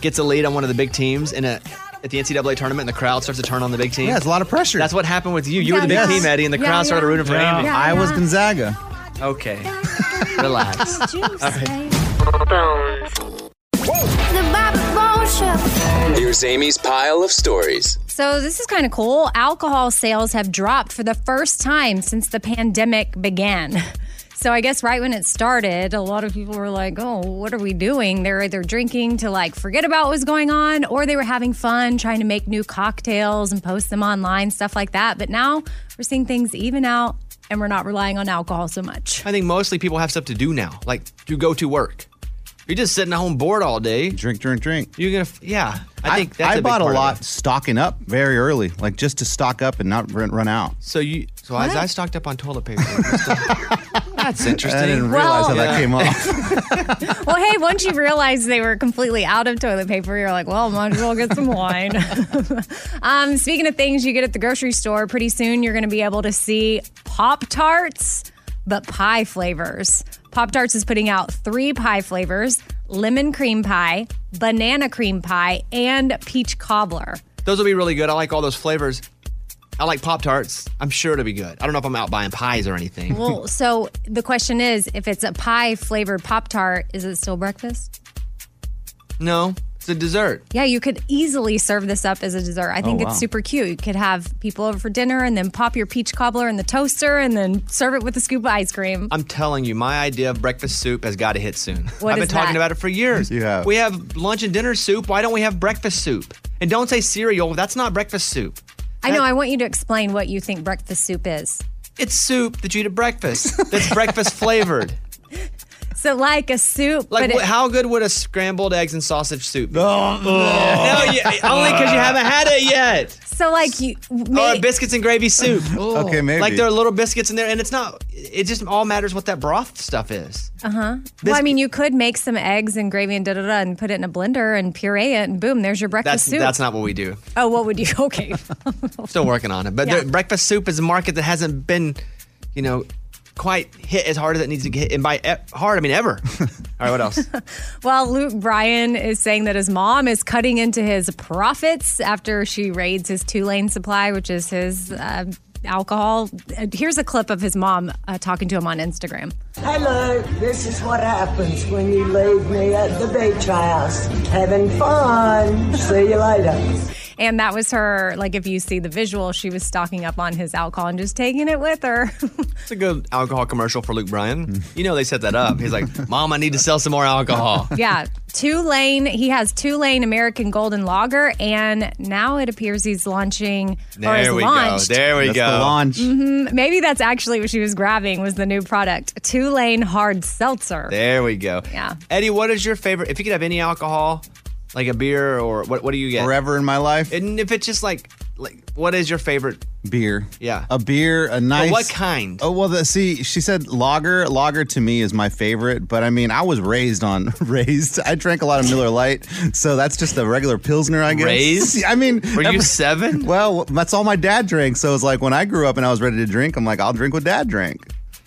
Speaker 1: gets a lead on one of the big teams in a at the NCAA tournament, and the crowd starts to turn on the big team.
Speaker 3: Yeah, it's a lot of pressure.
Speaker 1: That's what happened with you. You were the big
Speaker 2: Yeah,
Speaker 1: team,
Speaker 2: yeah.
Speaker 1: Eddie, and the
Speaker 2: Yeah,
Speaker 1: crowd started
Speaker 2: yeah.
Speaker 1: rooting for
Speaker 12: Yeah.
Speaker 1: Amy.
Speaker 2: Yeah.
Speaker 3: I was Gonzaga.
Speaker 1: (laughs)
Speaker 3: (laughs)
Speaker 1: Okay, relax.
Speaker 11: Here's Amy's pile of stories.
Speaker 2: So this is kind of cool. Alcohol sales have dropped for the first time since the pandemic began. (laughs) So I guess right when it started, a lot of people were like, "Oh, what are we doing?" They're either drinking to like forget about what was going on, or they were having fun trying to make new cocktails and post them online, stuff like that. But now we're seeing things even out, and we're not relying on alcohol so much.
Speaker 1: I think mostly people have stuff to do now, like to go to work. You're just sitting at home bored all day.
Speaker 3: Drink, drink, drink.
Speaker 1: You're gonna, f- yeah. I think that's
Speaker 3: I
Speaker 1: big
Speaker 3: bought a
Speaker 1: part of
Speaker 3: lot
Speaker 1: it.
Speaker 3: stocking up very early, like just to stock up and not run, run out.
Speaker 1: So you, so as I stocked up on toilet paper. (laughs)
Speaker 2: (laughs)
Speaker 1: that's interesting.
Speaker 3: I didn't realize how that came off.
Speaker 2: Well, hey, once you realized they were completely out of toilet paper, you're like, well, might as well get some wine. (laughs) um, speaking of things you get at the grocery store, pretty soon you're going to be able to see Pop Tarts, but pie flavors. Pop Tarts is putting out three pie flavors lemon cream pie, banana cream pie, and peach cobbler.
Speaker 3: (laughs)
Speaker 1: Those will be really good. I like all those flavors. I like Pop Tarts. I'm sure it'll be good. I don't know if I'm out buying pies or anything.
Speaker 2: Well, so the question is if it's a pie flavored Pop Tart, is it still breakfast?
Speaker 1: no, it's a dessert.
Speaker 2: Yeah, you could easily serve this up as a dessert. I
Speaker 1: Oh,
Speaker 2: think
Speaker 1: wow.
Speaker 2: it's super cute. You could have people over for dinner and then pop your peach cobbler in the toaster and then serve it with a scoop of ice cream.
Speaker 1: I'm telling you, my idea of breakfast soup has got to hit soon.
Speaker 2: What
Speaker 1: I've been
Speaker 2: is
Speaker 1: talking
Speaker 2: that?
Speaker 1: about it
Speaker 3: (laughs)
Speaker 1: for years.
Speaker 3: You have.
Speaker 1: We have lunch and dinner soup. Why don't we have breakfast soup? And don't say cereal. That's not breakfast soup.
Speaker 2: I know, I want you to explain what you think breakfast soup is.
Speaker 1: It's soup that you eat
Speaker 2: (laughs)
Speaker 1: at breakfast. That's breakfast flavored.
Speaker 2: So, like a soup,
Speaker 1: Like,
Speaker 2: but
Speaker 1: wh-
Speaker 2: it-
Speaker 1: how good would a scrambled eggs and sausage soup be? no, you, only because you haven't had it yet.
Speaker 2: so like you.
Speaker 1: Or biscuits and gravy soup.
Speaker 3: (laughs) Okay, maybe.
Speaker 1: Like there are little biscuits in there, and it's not. It just all matters what that broth stuff is.
Speaker 2: Uh huh. Well, I mean, you could make some eggs and gravy and da da da, and put it in a blender and puree it, and boom, there's your breakfast
Speaker 1: That's
Speaker 2: soup.
Speaker 1: that's not what we do.
Speaker 2: Oh, what would you? (laughs) Okay.
Speaker 1: Still working on it. But
Speaker 2: Yeah.
Speaker 1: there- breakfast soup is a market that hasn't been, you know, quite hit as hard as it needs to get hit. And by e- hard, I
Speaker 2: (laughs)
Speaker 1: mean ever. all right, what else?
Speaker 2: Well, Luke Bryan is saying that his mom is cutting into his profits after she raids his two lane supply, which is his uh, alcohol. Uh, Here's a clip of his mom uh, talking to him on Instagram.
Speaker 7: Hello, this is what happens when you leave me at the beach house. Having fun. See you later.
Speaker 2: And that was her, like, if you see the visual, she was stocking up on his alcohol and just taking it with her. (laughs)
Speaker 1: It's a good alcohol commercial for Luke
Speaker 2: Hmm.
Speaker 1: Bryan. You know they set that up. He's like, Mom, I need to sell some more
Speaker 2: (laughs)
Speaker 1: alcohol.
Speaker 2: yeah. Two lane, he has two lane American Golden Lager, and now it appears he's launching or is
Speaker 1: There we
Speaker 2: launched.
Speaker 1: go. There we
Speaker 3: That's
Speaker 1: go.
Speaker 3: the launch.
Speaker 2: Mhm. Maybe that's actually what she was grabbing was the new product, two lane hard seltzer.
Speaker 1: There we go.
Speaker 2: Yeah.
Speaker 1: Eddie, what is your favorite? If you could have any alcohol, like a beer or what? What do you get?
Speaker 3: Forever in my life.
Speaker 1: And if it's just like, like, what is your favorite?
Speaker 3: Beer.
Speaker 1: Yeah.
Speaker 3: A beer, a nice.
Speaker 1: what kind?
Speaker 3: Oh well, the, see, she said lager. Lager to me is my favorite, but I mean, I was raised on (laughs) raised. I drank a lot of Miller Lite, so that's just a regular pilsner, I guess.
Speaker 1: Raised?
Speaker 3: (laughs) I mean,
Speaker 1: Were you
Speaker 3: (laughs)
Speaker 1: seven?
Speaker 3: Well, that's all my dad drank. So it's like when I grew up and I was ready to drink, I'm like, I'll drink what dad drank.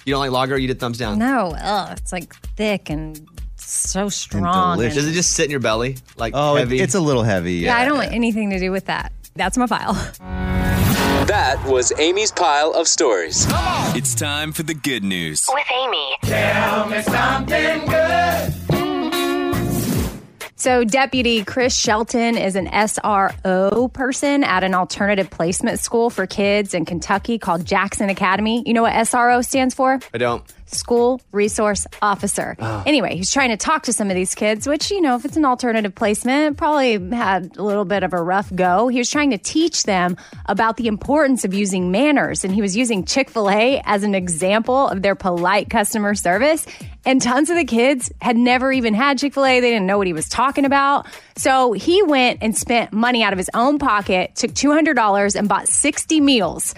Speaker 1: You don't like lager? You did thumbs down.
Speaker 2: No, ugh, it's like thick and so strong. and-
Speaker 1: Does it just sit in your belly? Like
Speaker 3: Oh, it-
Speaker 1: heavy?
Speaker 3: it's a little heavy.
Speaker 2: yeah, I don't want anything to do with that. That's my file.
Speaker 11: That was Amy's pile of stories. It's time for the good news.
Speaker 10: With Amy.
Speaker 11: Tell
Speaker 10: me something good.
Speaker 2: (laughs) So, Deputy Chris Shelton is an SRO person at an alternative placement school for kids in Kentucky called Jackson Academy. You know what SRO stands for?
Speaker 1: I don't.
Speaker 2: School Resource Officer. Anyway, he's trying to talk to some of these kids, which, you know, if it's an alternative placement, probably had a little bit of a rough go. He was trying to teach them about the importance of using manners, and he was using Chick fil A as an example of their polite customer service. And tons of the kids had never even had Chick fil A. They didn't know what he was talking about. So he went and spent money out of his own pocket, took $200 and bought 60 meals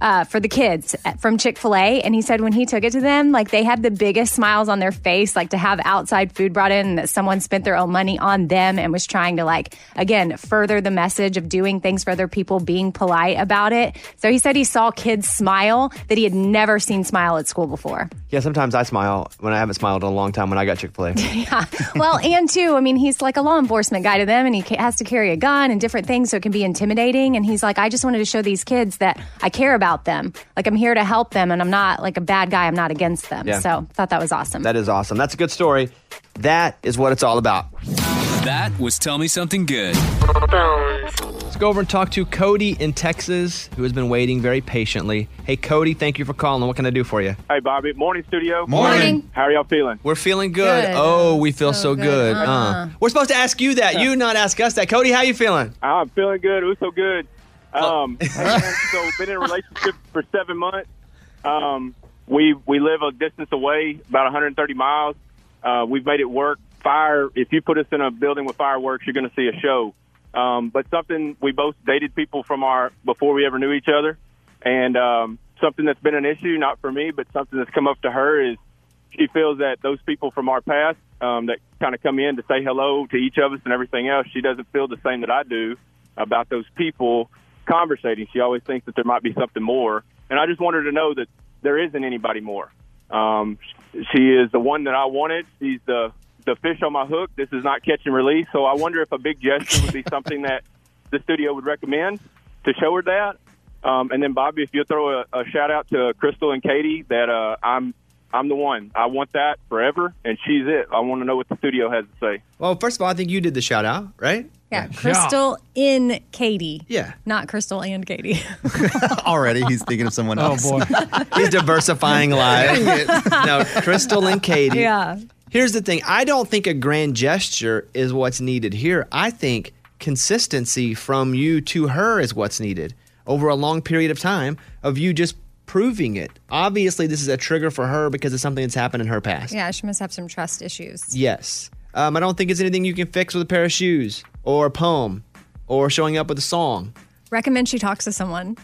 Speaker 2: uh, for the kids at- from Chick fil A. And he said when he took it to them, like they had the biggest smiles on their face, like to have outside food brought in, that someone spent their own money on them and was trying to, like, again, further the message of doing things for other people, being polite about it. So he said he saw kids smile that he had never seen smile at school before.
Speaker 1: Yeah, sometimes I smile when I haven't smiled in a long time when I got Chick fil A.
Speaker 2: Yeah. Well, and too, I mean, he's like a law enforcement guy to them and he ca- has to carry a gun and different things. So it can be intimidating. And he's like, I just wanted to show these kids that I care about them. Like, I'm here to help them and I'm not like a bad guy. I'm not against them.
Speaker 1: Yeah.
Speaker 2: So thought that was awesome.
Speaker 1: that is awesome. That's a good story. That is what it's all about.
Speaker 11: That was Tell Me Something Good.
Speaker 1: Let's go over and talk to Cody in Texas, who has been waiting very patiently. Hey, Cody, thank you for calling. What can I do for you?
Speaker 13: Hey, Bobby. Morning, studio.
Speaker 1: Morning. Morning.
Speaker 13: How are y'all feeling?
Speaker 1: We're feeling good. Oh, we feel so, good. Uh. We're supposed to ask you that. You not ask us that. Cody, how you feeling?
Speaker 13: I'm feeling good. It was so good. Um,
Speaker 1: (laughs)
Speaker 13: hey, man, so been in a relationship for seven months. Um, we we live a distance away, about 130 miles. Uh, we've made it work. Fire. If you put us in a building with fireworks, you're going to see a show. Um, but something we both dated people from our before we ever knew each other, and um, something that's been an issue, not for me, but something that's come up to her is she feels that those people from our past um, that kind of come in to say hello to each of us and everything else, she doesn't feel the same that I do about those people conversating. She always thinks that there might be something more. And I just want her to know that there isn't anybody more. Um, she is the one that I wanted. She's the, the fish on my hook. This is not catch and release. So I wonder if a big gesture would be something that the studio would recommend to show her that Um, and then Bobby, if you'll throw a, a shout out to Crystal and Katie, that uh, I'm I'm the one. I want that forever, and she's it. I want to know what the studio has to say.
Speaker 1: Well, first of all, I think you did the shout out, right?
Speaker 2: Yeah, Crystal in Katie. Yeah. Not Crystal and Katie.
Speaker 1: Already, he's thinking of someone
Speaker 2: Oh,
Speaker 1: else.
Speaker 2: boy.
Speaker 1: he's diversifying lives. (laughs) no, Crystal and
Speaker 2: (laughs)
Speaker 1: Katie.
Speaker 2: Yeah.
Speaker 1: Here's the thing I don't think a grand gesture is what's needed here. I think consistency from you to her is what's needed over a long period of time of you just proving it. Obviously, this is a trigger for her because of something that's happened in her past.
Speaker 2: Yeah, she must have some trust issues.
Speaker 1: Yes. Um, I don't think it's anything you can fix with a pair of shoes or a poem or showing up with a song.
Speaker 2: Recommend she talks to someone.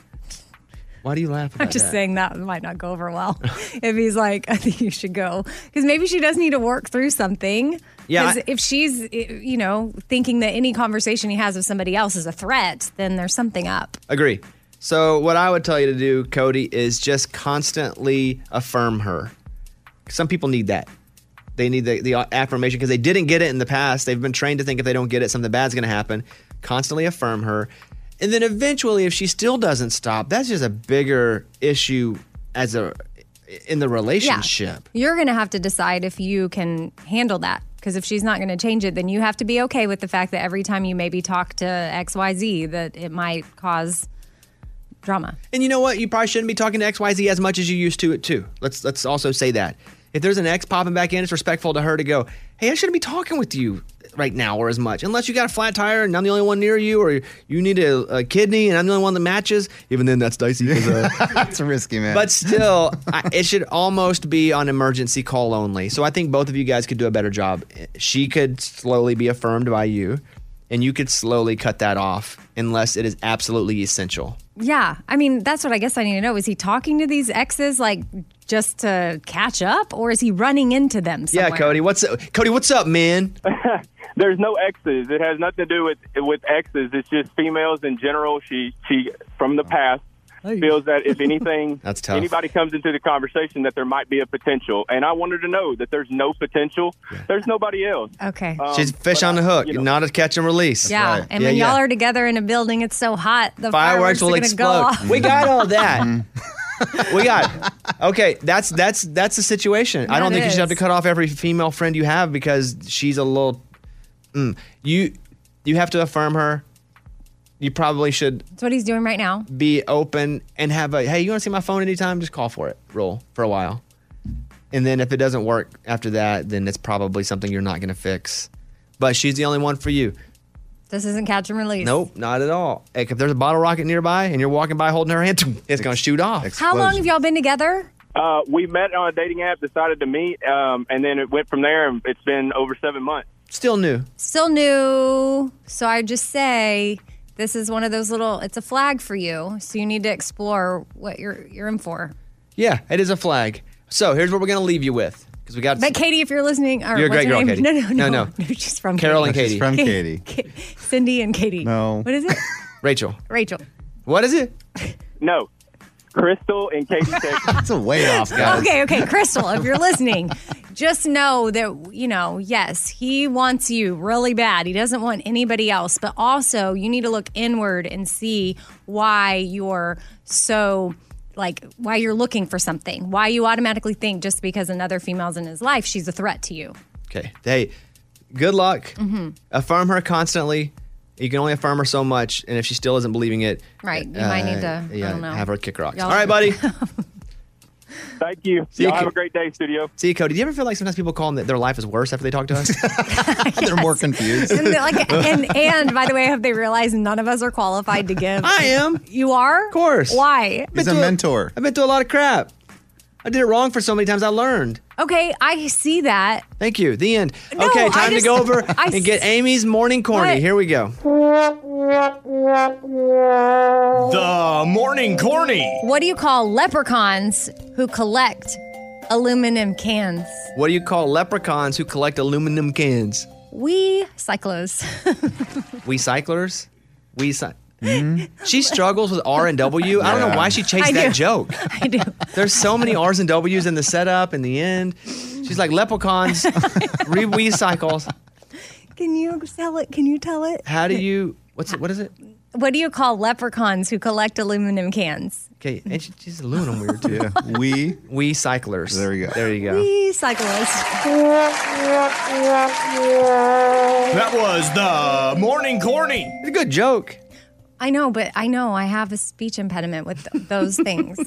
Speaker 1: Why do you laugh?
Speaker 2: I'm
Speaker 1: about
Speaker 2: just
Speaker 1: that?
Speaker 2: saying that might not go over well (laughs) if he's like, I think you should go. Because maybe she does need to work through something.
Speaker 1: Yeah,
Speaker 2: 'Cause
Speaker 1: I-
Speaker 2: if she's, i- you know, thinking that any conversation he has with somebody else is a threat, then there's something up.
Speaker 1: Agree. So, what I would tell you to do, Cody, is just constantly affirm her. Some people need that. They need the, the affirmation because they didn't get it in the past. They've been trained to think if they don't get it, something bad's going to happen. Constantly affirm her. And then eventually, if she still doesn't stop, that's just a bigger issue as a in the relationship.
Speaker 2: You're going to have to decide if you can handle that. Because if she's not going to change it, then you have to be okay with the fact that every time you maybe talk to XYZ, that it might cause drama.
Speaker 1: And you know what? You probably shouldn't be talking to XYZ as much as you used to it too. Let's let's also say that. If there's an ex popping back in, it's respectful to her to go, hey, I shouldn't be talking with you right now or as much. Unless you got a flat tire and I'm the only one near you, or you need a, a kidney and I'm the only one that matches. Even then, that's dicey. 'cause, uh,
Speaker 3: (laughs) That's risky, man.
Speaker 1: But still, I, it should almost be on emergency call only. So I think both of you guys could do a better job. She could slowly be affirmed by you, and you could slowly cut that off unless it is absolutely essential.
Speaker 2: Yeah. I mean, that's what I guess I need to know. Is he talking to these exes like just to catch up or is he running into them somewhere?
Speaker 1: Yeah, Cody. What's up? Cody? What's up, man?
Speaker 13: (laughs) There's no exes. It has nothing to do with with exes. It's just females in general. She she from the past feels that if anything,
Speaker 1: (laughs) That's tough.
Speaker 13: anybody comes into the conversation, that there might be a potential. And I wanted to know that there's no potential. There's nobody else.
Speaker 2: Okay.
Speaker 13: Um,
Speaker 1: She's fish on the hook, not a catch and release.
Speaker 2: yeah. And when y'all are together in a building, it's so hot, the
Speaker 1: fireworks,
Speaker 2: fireworks,
Speaker 1: will
Speaker 2: are gonna Go
Speaker 1: explode.
Speaker 2: off.
Speaker 1: We got (laughs) all that. we got. Okay, that's that's that's the situation. I don't
Speaker 2: That
Speaker 1: think you
Speaker 2: is.
Speaker 1: should have to cut off every female friend you have because she's a little. Mm, you you have to affirm her. You probably should
Speaker 2: (laughs) That's what he's doing right now.
Speaker 1: be open and have a hey, you want to see my phone anytime? Just call for it. Roll for a while. And then if it doesn't work after that, then it's probably something you're not going to fix. But she's the only one for you.
Speaker 2: This isn't catch and release.
Speaker 1: Nope, not at all. Like if there's a bottle rocket nearby and you're walking by holding her hand, (laughs) it's going to shoot off.
Speaker 2: How long have y'all been together?
Speaker 13: Uh, we met on a dating app, decided to meet, um, and then it went from there. And it's been over seven months.
Speaker 1: Still new.
Speaker 2: Still new. So I just say this is one of those little it's a flag for you. So you need to explore what you're you're in for.
Speaker 1: Yeah, it is a flag. So here's what we're going to leave you with because we got
Speaker 2: But Katie, if you're listening, or
Speaker 1: You're
Speaker 2: what's
Speaker 1: a great
Speaker 2: her
Speaker 1: girl,
Speaker 2: name? (laughs)
Speaker 1: Katie.
Speaker 2: No, no, no,
Speaker 1: No, no.
Speaker 2: She's from
Speaker 1: (laughs) Carol and
Speaker 2: Katie. (laughs)
Speaker 1: Katie. She's from
Speaker 2: Ka-
Speaker 1: Katie.
Speaker 2: Ka- Cindy and Katie.
Speaker 1: No.
Speaker 2: What
Speaker 1: (laughs)
Speaker 2: is it?
Speaker 1: Rachel.
Speaker 2: Rachel.
Speaker 1: What is it?
Speaker 13: No, Crystal and Katie. That's
Speaker 3: a way off,
Speaker 2: Okay, okay, Crystal, if you're listening, just know that you know, yes, he wants you really bad. He doesn't want anybody else, but also you need to look inward and see why you're so like why you're looking for something. Why you automatically think just because another female's in his life, she's a threat to you.
Speaker 1: Okay. Hey, good luck.
Speaker 2: hmm
Speaker 1: Affirm her constantly. You can only affirm her so much, and if she still isn't believing it,
Speaker 2: Right. You might need to- I
Speaker 1: Uh, yeah,
Speaker 2: don't know.
Speaker 1: have her kick rocks.
Speaker 2: Y'all-
Speaker 1: All right, buddy.
Speaker 13: (laughs) Thank you.
Speaker 1: See you,
Speaker 13: Y'all have
Speaker 1: Ka-
Speaker 13: a great day, studio.
Speaker 1: See you, Cody. Do you ever feel like sometimes people call them that their life is worse after they talk
Speaker 2: (laughs)
Speaker 1: to us? (laughs) They're more confused.
Speaker 2: And they're like,
Speaker 1: (laughs)
Speaker 2: and and by the way, have they realized none of us are qualified to give?
Speaker 1: I am.
Speaker 2: You are? Of
Speaker 1: course.
Speaker 2: Why?
Speaker 1: He's a mentor. I've been through a lot of crap. I did it wrong for so many times. I learned.
Speaker 2: Okay, I see that.
Speaker 1: Thank you. The end.
Speaker 2: No,
Speaker 1: okay,
Speaker 2: I
Speaker 1: time
Speaker 2: just-
Speaker 1: to go over
Speaker 2: (laughs) I
Speaker 1: and get Amy's morning corny.
Speaker 2: What?
Speaker 1: Here we go.
Speaker 2: The
Speaker 8: morning corny.
Speaker 2: What do you call leprechauns who collect aluminum cans?
Speaker 1: What do you call leprechauns who collect aluminum cans?
Speaker 2: We cyclos. (laughs)
Speaker 1: We cyclers? We cy- hmm? She struggles with R and W. I don't know
Speaker 2: Yeah.
Speaker 1: why she chased
Speaker 2: I
Speaker 1: that
Speaker 2: do.
Speaker 1: joke.
Speaker 2: (laughs) I do.
Speaker 1: There's so many R's and W's in the setup and the end. She's
Speaker 2: (laughs)
Speaker 1: like leprechauns, re- we cycles.
Speaker 2: Can you sell it? Can you tell it?
Speaker 1: How do you
Speaker 14: What's it? What is it?
Speaker 2: What do you call leprechauns who collect aluminum cans?
Speaker 1: Okay, and she, she's aluminum weird too.
Speaker 3: We
Speaker 1: we cyclers. There
Speaker 3: you go.
Speaker 1: There you go.
Speaker 2: Wee cyclists.
Speaker 8: That was the morning corny.
Speaker 1: It's a good joke.
Speaker 2: I know, but I know I have a speech impediment with th- those things.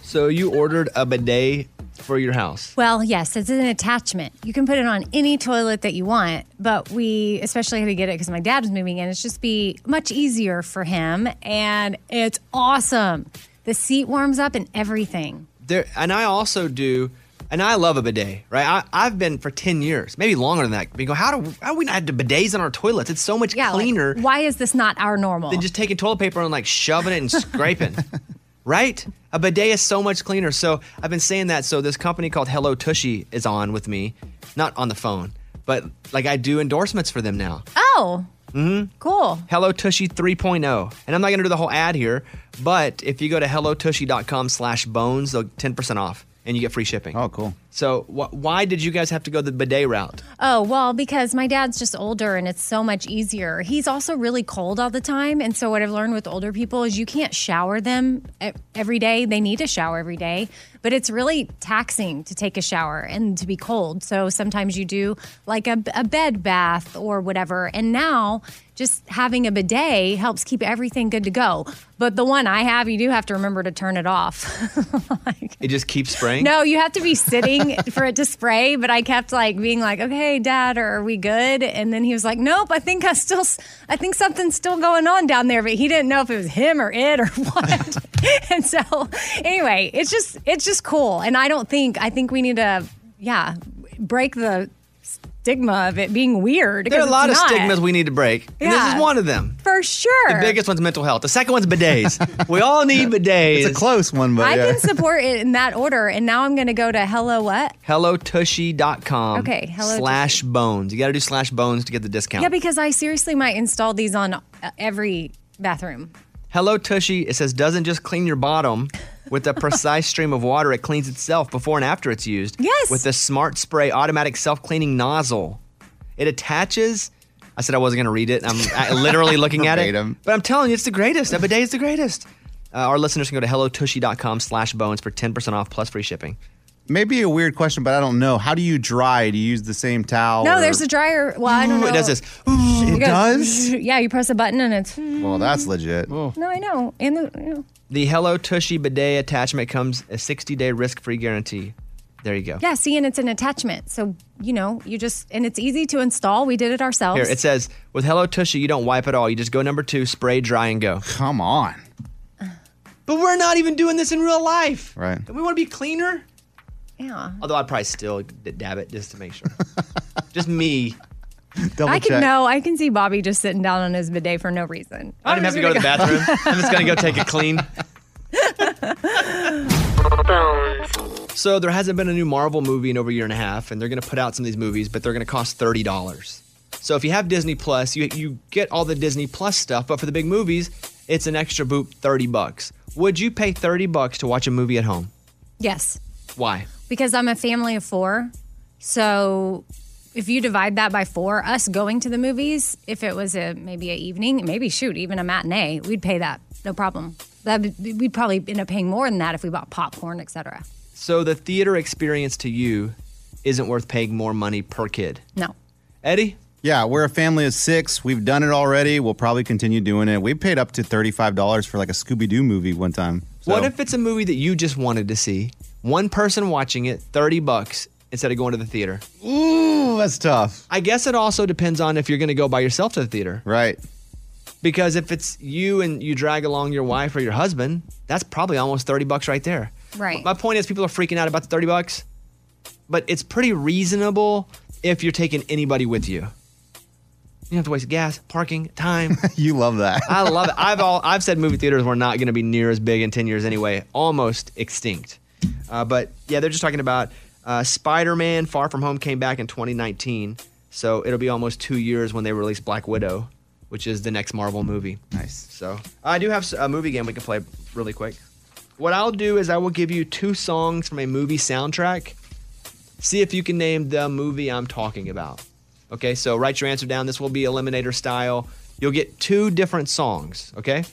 Speaker 1: So you ordered a bidet for your house.
Speaker 2: Well, yes, it's an attachment. You can put it on any toilet that you want, but we especially had to get it because my dad was moving in. It's just be much easier for him, and it's awesome. The seat warms up and everything.
Speaker 1: There, and I also do, and I love a bidet, right? I, I've been for ten years, maybe longer than that. We go, how do how do we not have the bidets in our toilets? It's so much
Speaker 2: like,
Speaker 1: cleaner
Speaker 2: why is this not our normal?
Speaker 1: than just taking toilet paper and like shoving it and scraping. Right? A bidet is so much cleaner. So I've been saying that. So this company called Hello Tushy is on with me, not on the phone, but like I do endorsements for them now.
Speaker 2: oh,
Speaker 1: hmm
Speaker 2: cool.
Speaker 1: Hello Tushy 3.0. And I'm not going to do the whole ad here, but if you go to hellotushy.com slash bones, they'll 10% off and you get free shipping. Oh,
Speaker 3: cool.
Speaker 1: So wh- why did you guys have to go the bidet route?
Speaker 2: Oh, well, because my dad's just older and it's so much easier. He's also really cold all the time. And so, what I've learned with older people is you can't shower them e- every day. They need a shower every day, but it's really taxing to take a shower and to be cold. So, sometimes you do like a, a bed bath or whatever. And now, just having a bidet helps keep everything good to go. But the one I have, you do have to remember to turn it off. (laughs)
Speaker 1: It just keeps spraying?
Speaker 2: No, you have to be sitting for it to spray. But I kept like being like, "Okay, Dad, are we good?" And then he was like, "Nope, I think I still, s- I think something's still going on down there." But he didn't know if it was him or (laughs) it or what. and so, anyway, it's just, it's just cool. And I don't think, I think we need to, yeah, break the stigma of it being weird.
Speaker 1: There are a
Speaker 2: 'cause
Speaker 1: lot of
Speaker 2: it's not.
Speaker 1: stigmas we need to break. And this
Speaker 2: Yeah.
Speaker 1: is one of them.
Speaker 2: for sure.
Speaker 1: The biggest one's mental health. The second one's bidets. we all need bidets. It's a
Speaker 3: close one,
Speaker 1: (laughs)
Speaker 2: I can support it in that order. And now I'm going to go to hello what.
Speaker 1: HelloTushy.com.
Speaker 2: Okay, hello
Speaker 1: slash bones. You got to do slash bones to get the discount.
Speaker 2: Yeah, because I seriously might install these on uh, every bathroom.
Speaker 1: Hello Tushy, it says, doesn't just clean your bottom with a precise stream of water. It cleans itself before and after it's used.
Speaker 2: Yes.
Speaker 1: With the Smart Spray automatic self cleaning nozzle. It attaches. I said I wasn't going to read it. I'm I- literally looking at it.
Speaker 3: Verbatim.
Speaker 1: But I'm telling you, it's the greatest. Every day is the greatest. Uh, our listeners can go to hellotushy.com slash bones for 10% off plus free shipping.
Speaker 3: Maybe a weird question, but I don't know. How do you dry? Do you use the same towel?
Speaker 2: no,
Speaker 3: or-
Speaker 2: there's a dryer. Well, I don't
Speaker 3: Ooh,
Speaker 2: know.
Speaker 3: it does this.
Speaker 2: You
Speaker 3: It does?
Speaker 2: (laughs) Yeah, you press a button and it's.
Speaker 3: Well, that's
Speaker 2: (laughs)
Speaker 3: legit.
Speaker 2: No, I know. And the, you know.
Speaker 1: The Hello Tushy bidet attachment comes a 60 day risk free guarantee. There you go.
Speaker 2: yeah, see, and it's an attachment, so you know you just and it's easy to install. We did it ourselves.
Speaker 1: Here, it says with Hello Tushy, you don't wipe at all. You just go number two, spray, dry, and go.
Speaker 3: Come on.
Speaker 1: But we're not even doing this in real life.
Speaker 3: Right.
Speaker 1: Don't we want to be cleaner?
Speaker 2: Yeah.
Speaker 1: Although I'd probably still d- dab it just to make sure. (laughs) just me.
Speaker 3: Double
Speaker 2: I can know. I can see Bobby just sitting down on his bidet for no reason.
Speaker 1: I don't even have to go to the bathroom. (laughs) I'm just going to go take a clean. so there hasn't been a new Marvel movie in over a year and a half, and they're going to put out some of these movies, but they're going to cost thirty dollars. So if you have Disney Plus, you you get all the Disney Plus stuff, but for the big movies, it's an extra boot thirty bucks. Would you pay thirty bucks to watch a movie at home?
Speaker 2: Yes,
Speaker 1: Why?
Speaker 2: because I'm a family of four, so if you divide that by four, us going to the movies, if it was a maybe a evening, maybe shoot even a matinee, we'd pay that no problem. That we'd probably end up paying more than that if we bought popcorn, etc.
Speaker 1: So the theater experience to you isn't worth paying more money per kid.
Speaker 2: No.
Speaker 1: Eddie?
Speaker 3: Yeah, we're a family of six. We've done it already. We'll probably continue doing it. We paid up to $35 for like a Scooby Doo movie one time. So-
Speaker 1: What if it's a movie that you just wanted to see? One person watching it, 30 bucks instead of going to the theater.
Speaker 3: Ooh, that's tough.
Speaker 1: I guess it also depends on if you're going to go by yourself to the theater.
Speaker 3: Right.
Speaker 1: Because if it's you and you drag along your wife or your husband, that's probably almost 30 bucks right there.
Speaker 2: Right.
Speaker 1: My point is people are freaking out about the 30 bucks, but it's pretty reasonable if you're taking anybody with you. You don't have to waste gas, parking, time.
Speaker 3: (laughs) you love that.
Speaker 1: I love it. I've all I've said movie theaters were not going to be near as big in ten years anyway, almost extinct. Uh, but yeah, they're just talking about uh, Spider-Man: Far From Home came back in 2019, so it'll be almost two years when they release Black Widow, which is the next Marvel movie. Nice. So I do have s- a movie game we can play really quick. What I'll do is I will give you two songs from a movie soundtrack. See if you can name the movie I'm talking about. Okay, so write your answer down. This will be eliminator style. You'll get two different songs. Okay,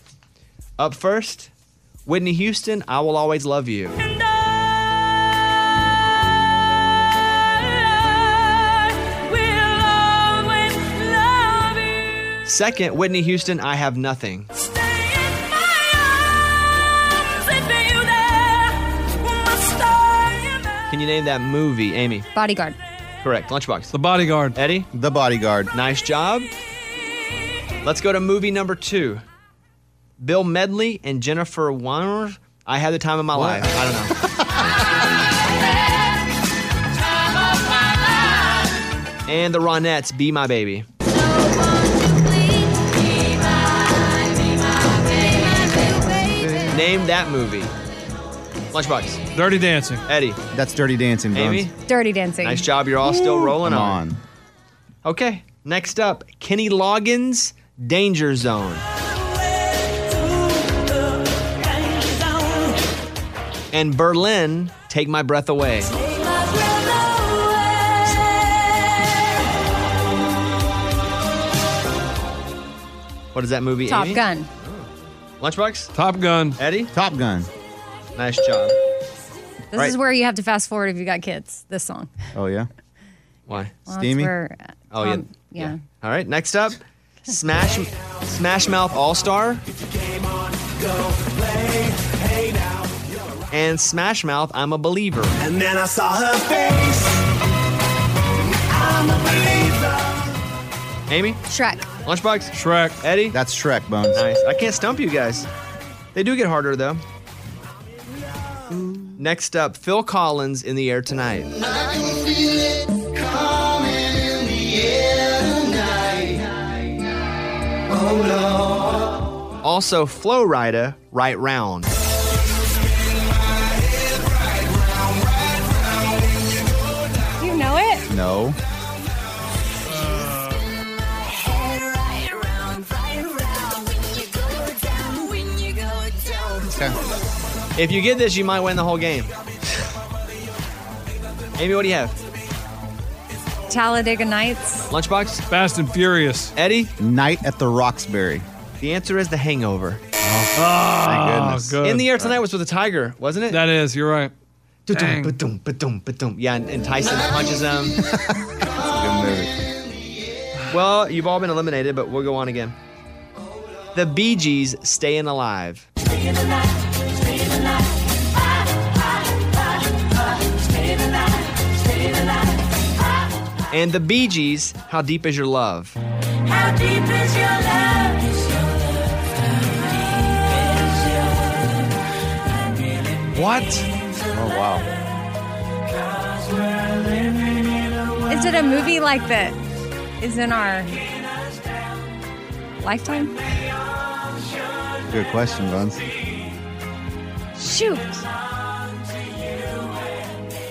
Speaker 1: up first, Whitney Houston, "I Will Always Love You." Second, Whitney Houston, "I Have Nothing." Can you name that movie, Amy?
Speaker 2: Bodyguard.
Speaker 1: Correct. Lunchbox. The
Speaker 12: Bodyguard.
Speaker 1: Eddie?
Speaker 3: The Bodyguard.
Speaker 1: Nice job. Let's go to movie number two Bill Medley and Jennifer Warner. I had the time of my life. I don't
Speaker 3: (laughs)
Speaker 1: know. and the Ronettes, Be My Baby. Name that movie. Lunchbox.
Speaker 12: Dirty Dancing.
Speaker 1: Eddie.
Speaker 3: That's Dirty Dancing, Bones.
Speaker 1: Amy.
Speaker 2: Dirty Dancing.
Speaker 1: Nice job. You're all still rolling
Speaker 3: Come
Speaker 1: on. Okay. Next up, Kenny Loggins, Danger Zone. And Berlin, Take My Breath Away. What is that movie?
Speaker 2: Top
Speaker 1: Amy?
Speaker 2: Gun.
Speaker 1: Lunchbox?
Speaker 12: Top Gun.
Speaker 1: Eddie?
Speaker 3: Top Gun.
Speaker 1: Nice job.
Speaker 2: This
Speaker 1: Right.
Speaker 2: is where you have to fast forward if you got kids. This song.
Speaker 3: Oh, yeah.
Speaker 1: Why?
Speaker 2: Well, that's where-
Speaker 1: Oh,
Speaker 2: um,
Speaker 1: yeah.
Speaker 2: yeah.
Speaker 1: All right, next up, Smash Smash Mouth All Star and Smash Mouth I'm a Believer.
Speaker 7: And then I saw her face. I'm a believer.
Speaker 1: Amy?
Speaker 2: Shrek.
Speaker 1: Lunchbox?
Speaker 12: Shrek.
Speaker 1: Eddie?
Speaker 3: That's Shrek, Bones.
Speaker 1: Nice. I can't stump you guys. They do get harder, though. Next up, Phil Collins in the air tonight.
Speaker 7: I can feel it coming in the air tonight. Oh, Lord.
Speaker 1: Also, Flow Rida, Right Round.
Speaker 2: You know it?
Speaker 3: No.
Speaker 1: If you get this, you might win the whole game. Amy, what do you have?
Speaker 2: Talladega Nights.
Speaker 1: Lunchbox?
Speaker 12: Fast and Furious.
Speaker 1: Eddie?
Speaker 3: Night at the Roxbury.
Speaker 1: The answer is The Hangover.
Speaker 12: Oh, good.
Speaker 1: In the air tonight was with a tiger, wasn't it?
Speaker 12: That is, you're right.
Speaker 1: Dang. Yeah, and, and Tyson punches (laughs) him. Well, you've all been eliminated, but we'll go on again. The Bee Gees staying alive. And the Bee Gees, How Deep Is Your Love?
Speaker 7: How deep is your love?
Speaker 12: What?
Speaker 3: Oh, wow.
Speaker 2: Is it a movie like that is in our lifetime?
Speaker 3: Good question, Bones.
Speaker 2: Shoot.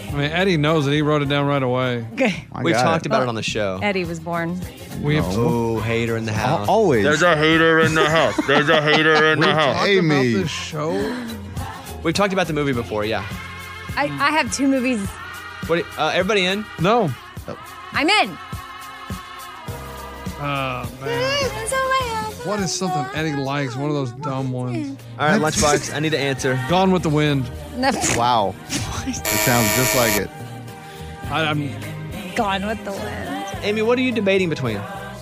Speaker 12: I mean, Eddie knows it. He wrote it down right away.
Speaker 2: Okay.
Speaker 3: I
Speaker 1: We've
Speaker 3: got
Speaker 1: talked
Speaker 3: it.
Speaker 1: about it on the show.
Speaker 2: Eddie was born.
Speaker 12: We have
Speaker 1: Oh, hater in the house.
Speaker 3: Always.
Speaker 8: a hater in the house. There's a hater in the house.
Speaker 3: Amy.
Speaker 12: this show.
Speaker 1: We've talked about the movie before, yeah.
Speaker 2: I, I have two movies.
Speaker 1: What? Uh, everybody in?
Speaker 12: No.
Speaker 2: I'm in.
Speaker 12: Oh, man. What is something Eddie likes? One of those dumb ones.
Speaker 1: All right, Lunchbox, I need an answer.
Speaker 12: (laughs) Gone with the Wind.
Speaker 2: No,
Speaker 3: Wow. It sounds just like it.
Speaker 12: I, I'm
Speaker 2: Gone with the Wind.
Speaker 1: Amy, what are you debating between?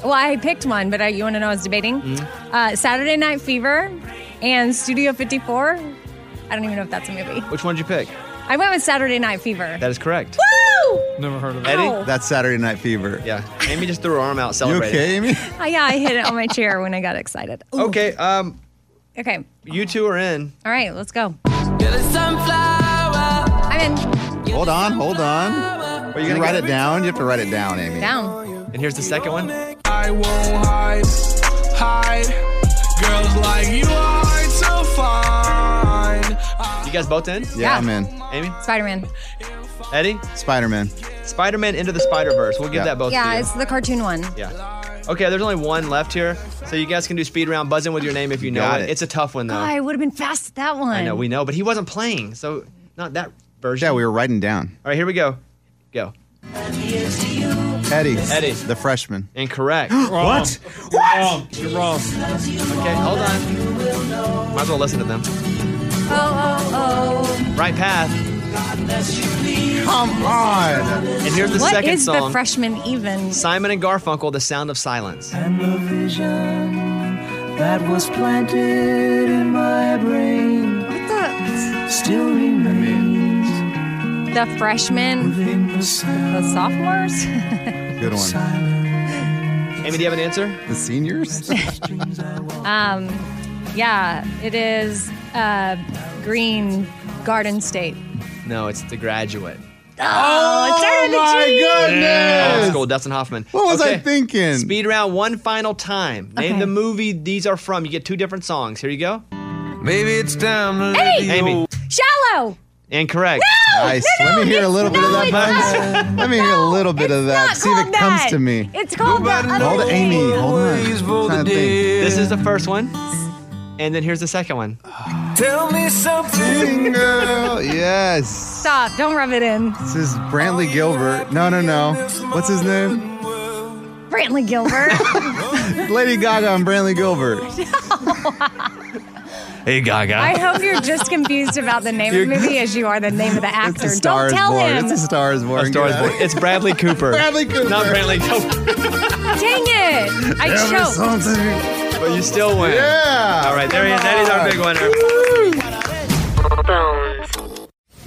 Speaker 2: Well, I picked one, but I, you want to know I was debating?
Speaker 1: Hmm?
Speaker 2: Uh, Saturday Night Fever and Studio 54. I don't even know if that's a movie.
Speaker 1: Which one did you pick?
Speaker 2: I went with Saturday Night Fever.
Speaker 1: That is correct.
Speaker 2: Woo!
Speaker 12: never heard of it.
Speaker 1: Eddie?
Speaker 2: Ow.
Speaker 3: That's Saturday Night Fever.
Speaker 1: Yeah. Amy just threw her arm out
Speaker 3: You
Speaker 1: celebrating.
Speaker 3: okay, Amy?
Speaker 2: Oh, yeah, I hit it on my chair when I got excited. Ooh.
Speaker 1: (laughs) Okay, um,
Speaker 2: Okay.
Speaker 1: you two are in.
Speaker 2: All right, let's go. I'm in.
Speaker 3: Hold on, hold on. you
Speaker 1: gonna
Speaker 3: write
Speaker 1: get-
Speaker 3: it down? You have to write it down, Amy.
Speaker 2: Down.
Speaker 1: And here's the second one.
Speaker 8: I won't hide, hide. Girls like you are so fine.
Speaker 1: You guys both in?
Speaker 3: Yeah,
Speaker 2: Yeah.
Speaker 3: I'm in.
Speaker 1: Amy?
Speaker 2: Spider Man.
Speaker 1: Eddie?
Speaker 3: Spider Man.
Speaker 1: Spider Man Into the Spider Verse. We'll give
Speaker 3: Yeah.
Speaker 1: that both
Speaker 2: Yeah,
Speaker 1: to you. Uh,
Speaker 2: it's the cartoon one.
Speaker 1: Yeah. Okay, there's only one left here. So you guys can do speed round. Buzz in with your name if you know
Speaker 3: Got
Speaker 1: it.
Speaker 3: it.
Speaker 1: It's a tough one, though.
Speaker 2: Oh, I would have been fast at that one.
Speaker 1: I know, we know, but he wasn't playing. So not that version.
Speaker 3: Yeah, we were writing down.
Speaker 1: All right, here we go. Go.
Speaker 7: Here's to you,
Speaker 3: Eddie.
Speaker 1: Eddie.
Speaker 3: The freshman. (gasps)
Speaker 1: Incorrect.
Speaker 3: What?
Speaker 1: What?
Speaker 12: Oh.
Speaker 1: You're wrong. Okay, hold on. Might as well listen to them.
Speaker 2: Oh, oh,
Speaker 1: Right path.
Speaker 2: oh.
Speaker 3: Come on.
Speaker 1: And here's the
Speaker 2: What
Speaker 1: second
Speaker 2: is
Speaker 1: song.
Speaker 2: the freshman even?
Speaker 1: Simon and Garfunkel, The Sound of Silence.
Speaker 7: And the vision that was planted in my brain still remains.
Speaker 2: The freshmen? The sophomores? (laughs)
Speaker 3: Good one.
Speaker 1: Amy, do you have an answer?
Speaker 3: The seniors?
Speaker 2: um, yeah, it is uh, Green Garden State.
Speaker 1: (laughs) No, it's The Graduate.
Speaker 2: Oh, it started with a
Speaker 3: my
Speaker 2: G.
Speaker 3: goodness.
Speaker 1: Old school, Dustin Hoffman.
Speaker 3: What was I thinking?
Speaker 1: Speed round one final time. Name
Speaker 2: Okay.
Speaker 1: the movie these are from. You get two different songs. Here you go.
Speaker 8: Maybe it's time to
Speaker 2: Hey!
Speaker 1: Amy.
Speaker 2: Shallow!
Speaker 1: Incorrect.
Speaker 2: No!
Speaker 3: Nice.
Speaker 2: No, no,
Speaker 3: Let me hear a
Speaker 2: it's-
Speaker 3: little bit of
Speaker 2: no,
Speaker 3: that.
Speaker 2: it's
Speaker 3: Bones. Let me hear a little bit of that.
Speaker 2: not
Speaker 3: See if it
Speaker 2: called
Speaker 3: comes
Speaker 2: that.
Speaker 3: to me.
Speaker 2: It's called the other
Speaker 3: Hold on, Amy. Hold on. I'm trying to think.
Speaker 1: This is the first one. And then here's the second one.
Speaker 8: Tell me something,
Speaker 3: girl. (laughs) Yes.
Speaker 2: Stop. Don't rub it in.
Speaker 3: This is Brantley Gilbert. No, no, no. What's his name?
Speaker 2: Brantley
Speaker 1: (laughs)
Speaker 2: Gilbert.
Speaker 3: Lady Gaga and Brantley Gilbert.
Speaker 9: Hey, Gaga.
Speaker 2: I hope you're just confused about the name of the movie as you are the name of the actor. Don't
Speaker 3: is
Speaker 2: tell
Speaker 3: born.
Speaker 2: him.
Speaker 3: It's a Star is born.
Speaker 1: A Star is Born. It's
Speaker 3: (laughs)
Speaker 1: Bradley Cooper.
Speaker 3: Bradley Cooper.
Speaker 1: Not Brantley Cooper.
Speaker 2: Dang it. I
Speaker 3: There
Speaker 2: choked.
Speaker 3: was something.
Speaker 1: But you still win.
Speaker 3: Yeah.
Speaker 1: All right, there he is. That is our big winner.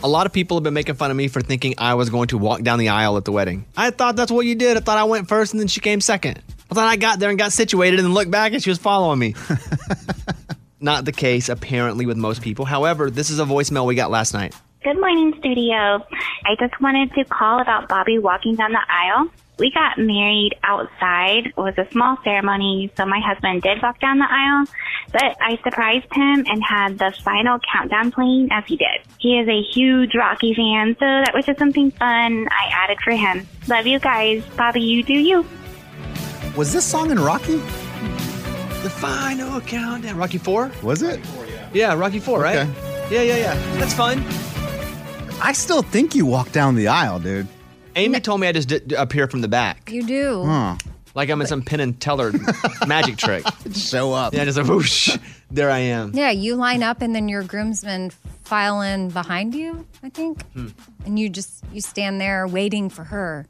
Speaker 1: A lot of people have been making fun of me for thinking I was going to walk down the aisle at the wedding. I thought that's what you did. I thought I went first and then she came second. I thought I got there and got situated and looked back and she was following
Speaker 3: (laughs)
Speaker 1: me. Not the case, apparently, with most people. However, this is a voicemail we got last night.
Speaker 14: Good morning, studio. I just wanted to call about Bobby walking down the aisle. We got married outside. It was a small ceremony, so my husband did walk down the aisle, but I surprised him and had the final countdown playing as he did. He is a huge Rocky fan, so that was just something fun I added for him. Love you guys. Bobby, you do you.
Speaker 3: Was this song in Rocky?
Speaker 1: The final countdown. Rocky Four?
Speaker 3: Was it?
Speaker 1: Yeah, Rocky Four, right?
Speaker 3: Okay.
Speaker 1: Yeah, yeah, yeah. That's fun.
Speaker 3: I still think you walked down the aisle, dude.
Speaker 1: Amy told me I just d- d- appear from the back,
Speaker 2: You do.
Speaker 3: Huh.
Speaker 1: like I'm in some pin and
Speaker 3: (laughs)
Speaker 1: teller magic trick.
Speaker 3: Show up.
Speaker 1: Yeah, just a whoosh. There I am.
Speaker 2: Yeah, you line up and then your groomsmen file in behind you, I think.
Speaker 1: Hmm.
Speaker 2: And you just you stand there waiting for her.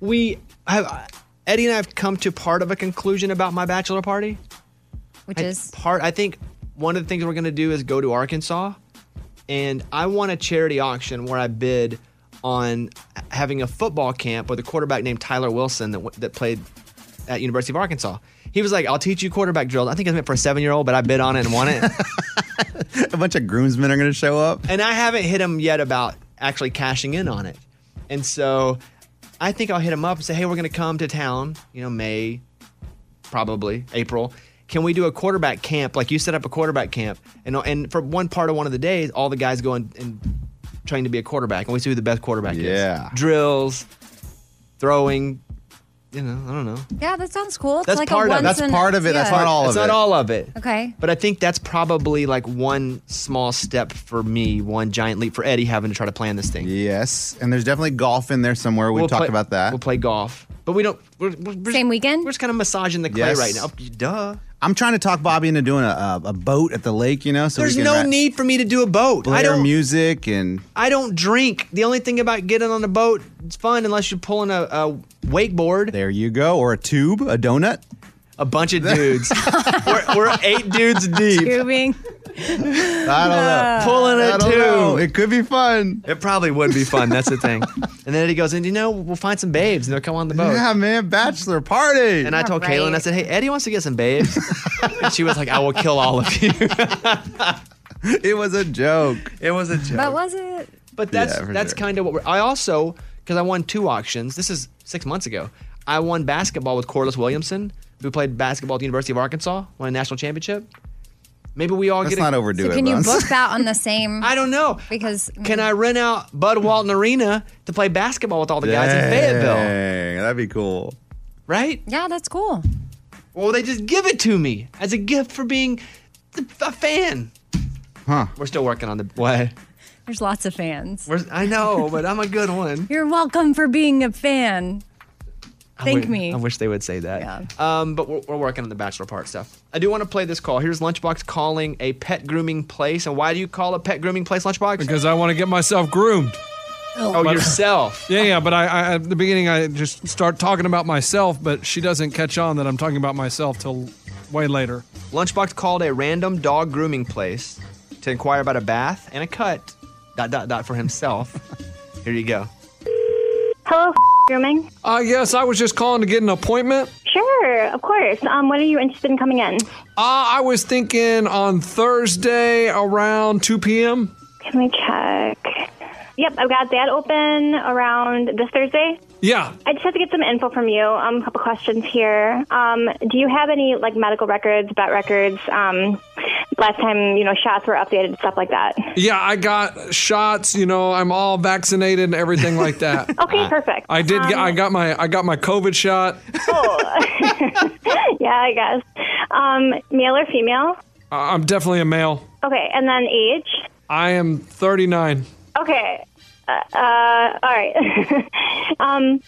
Speaker 1: we have Eddie and I have come to part of a conclusion about my bachelor party.
Speaker 2: Which
Speaker 1: I-
Speaker 2: is
Speaker 1: part. I think one of the things we're going to do is go to Arkansas, and I want a charity auction where I bid on having a football camp with a quarterback named Tyler Wilson that w- that played at University of Arkansas. He was like, "I'll teach you quarterback drills." I think it's meant for a seven-year-old, but I bid on it and won it.
Speaker 3: (laughs) A bunch of groomsmen are going to show up.
Speaker 1: and I haven't hit him yet about actually cashing in on it. And so I think I'll hit him up and say, hey, we're going to come to town, you know, May, probably April. Can we do a quarterback camp? Like you set up a quarterback camp, and and for one part of one of the days, all the guys go and, and train to be a quarterback, and we see who the best quarterback is.
Speaker 3: Yeah.
Speaker 1: Drills, throwing, you know, I don't know.
Speaker 2: Yeah, that sounds cool. It's
Speaker 1: That's
Speaker 2: like
Speaker 1: part
Speaker 2: a once
Speaker 1: of it. That's
Speaker 2: in-
Speaker 3: part of it. That's
Speaker 2: yeah.
Speaker 3: not all
Speaker 1: it's
Speaker 3: of
Speaker 1: not
Speaker 3: it.
Speaker 1: all of it.
Speaker 2: Okay.
Speaker 1: But I think that's probably like one small step for me, one giant leap for Eddie having to try to plan this thing.
Speaker 3: Yes. And there's definitely golf in there somewhere. We
Speaker 1: We'll
Speaker 3: talked
Speaker 1: play-
Speaker 3: about that.
Speaker 1: We'll play golf, but we don't. We're, we're,
Speaker 2: Same weekend?
Speaker 1: we're just kind of massaging the clay
Speaker 3: Yes.
Speaker 1: right now. Duh.
Speaker 3: I'm trying to talk Bobby into doing a, a, a boat at the lake, you know? So
Speaker 1: There's
Speaker 3: we can
Speaker 1: no
Speaker 3: ra-
Speaker 1: need for me to do a boat.
Speaker 3: Blare
Speaker 1: I don't.
Speaker 3: music and
Speaker 1: I don't drink. The only thing about getting on a boat, it's fun unless you're pulling a, a wakeboard.
Speaker 3: there you go. Or a tube, a donut.
Speaker 1: A bunch of dudes. (laughs) we're, we're eight dudes deep.
Speaker 2: Tubing.
Speaker 3: I don't know. (laughs)
Speaker 1: Pulling
Speaker 3: I
Speaker 1: a
Speaker 3: don't know.
Speaker 1: tube.
Speaker 3: It could be fun.
Speaker 1: It probably would be fun. That's the thing. and then he goes, and you know, we'll find some babes, and they'll come on the boat.
Speaker 3: Yeah, man. Bachelor party.
Speaker 1: And I told
Speaker 2: All right.
Speaker 1: Kaylin, I said, "Hey, Eddie wants to get some
Speaker 3: (laughs)
Speaker 1: babes," and she was like, "I will kill all of you."
Speaker 3: it was a joke.
Speaker 1: it was a joke.
Speaker 2: But was it?
Speaker 1: But that's
Speaker 3: Yeah, for
Speaker 1: that's
Speaker 3: sure.
Speaker 1: kind of what we're. I also because I won two auctions. This is six months ago. I won basketball with Corliss Williamson, who played basketball at the University of Arkansas, won a national championship. Maybe we all
Speaker 3: Let's
Speaker 1: get. A,
Speaker 3: not overdo
Speaker 2: So
Speaker 3: it,
Speaker 2: can you
Speaker 3: Bones.
Speaker 2: book that on the same
Speaker 1: I don't know.
Speaker 2: because mm,
Speaker 1: (laughs) Can I rent out Bud Walton Arena to play basketball with all the guys in Fayetteville?
Speaker 3: Dang, that'd be cool.
Speaker 1: Right?
Speaker 2: Yeah, that's cool.
Speaker 1: Or will they just give it to me as a gift for being a fan?
Speaker 3: Huh.
Speaker 1: We're still working on the way.
Speaker 2: There's lots of fans. (laughs)
Speaker 1: We're, I know, but I'm a good one.
Speaker 2: You're welcome for being a fan.
Speaker 1: I
Speaker 2: Thank
Speaker 1: wi-
Speaker 2: me.
Speaker 1: I wish they would say that.
Speaker 2: Yeah.
Speaker 1: Um, but we're, we're working on the bachelor part stuff. I do want to play this call. Here's Lunchbox calling a pet grooming place. And why do you call a pet grooming place Lunchbox?
Speaker 12: Because I want to get myself groomed.
Speaker 1: Oh,
Speaker 12: (laughs) But-
Speaker 1: yourself.
Speaker 12: Yeah, yeah, but I, I at the beginning I just start talking about myself, but she doesn't catch on that I'm talking about myself till way later.
Speaker 1: Lunchbox called a random dog grooming place to inquire about a bath and a cut. Dot dot dot for himself.
Speaker 12: (laughs)
Speaker 1: Here you go.
Speaker 15: Hello, grooming.
Speaker 12: Uh, yes, I was just calling to get an appointment.
Speaker 15: Sure, of course. Um, when are you interested in coming in?
Speaker 12: Uh, I was thinking on Thursday around 2 p.m.
Speaker 15: Can we check? Yep, I've got that open around this Thursday.
Speaker 12: Yeah.
Speaker 15: I just have to get some info from you. Um, a couple questions here. Um, do you have any like medical records, vet records? Um, last time you know shots were updated, stuff like that.
Speaker 12: Yeah, I got shots, you know, I'm all vaccinated and everything like that.
Speaker 15: (laughs) Okay, perfect.
Speaker 12: Uh, I did (laughs) get,
Speaker 15: Um,
Speaker 12: I got my I got my COVID shot.
Speaker 15: (laughs) yeah, I guess. Um, male or female?
Speaker 12: I- I'm definitely a male.
Speaker 15: Okay, and then age.
Speaker 12: I am 39.
Speaker 15: Okay. Uh, uh, all right. (laughs) um,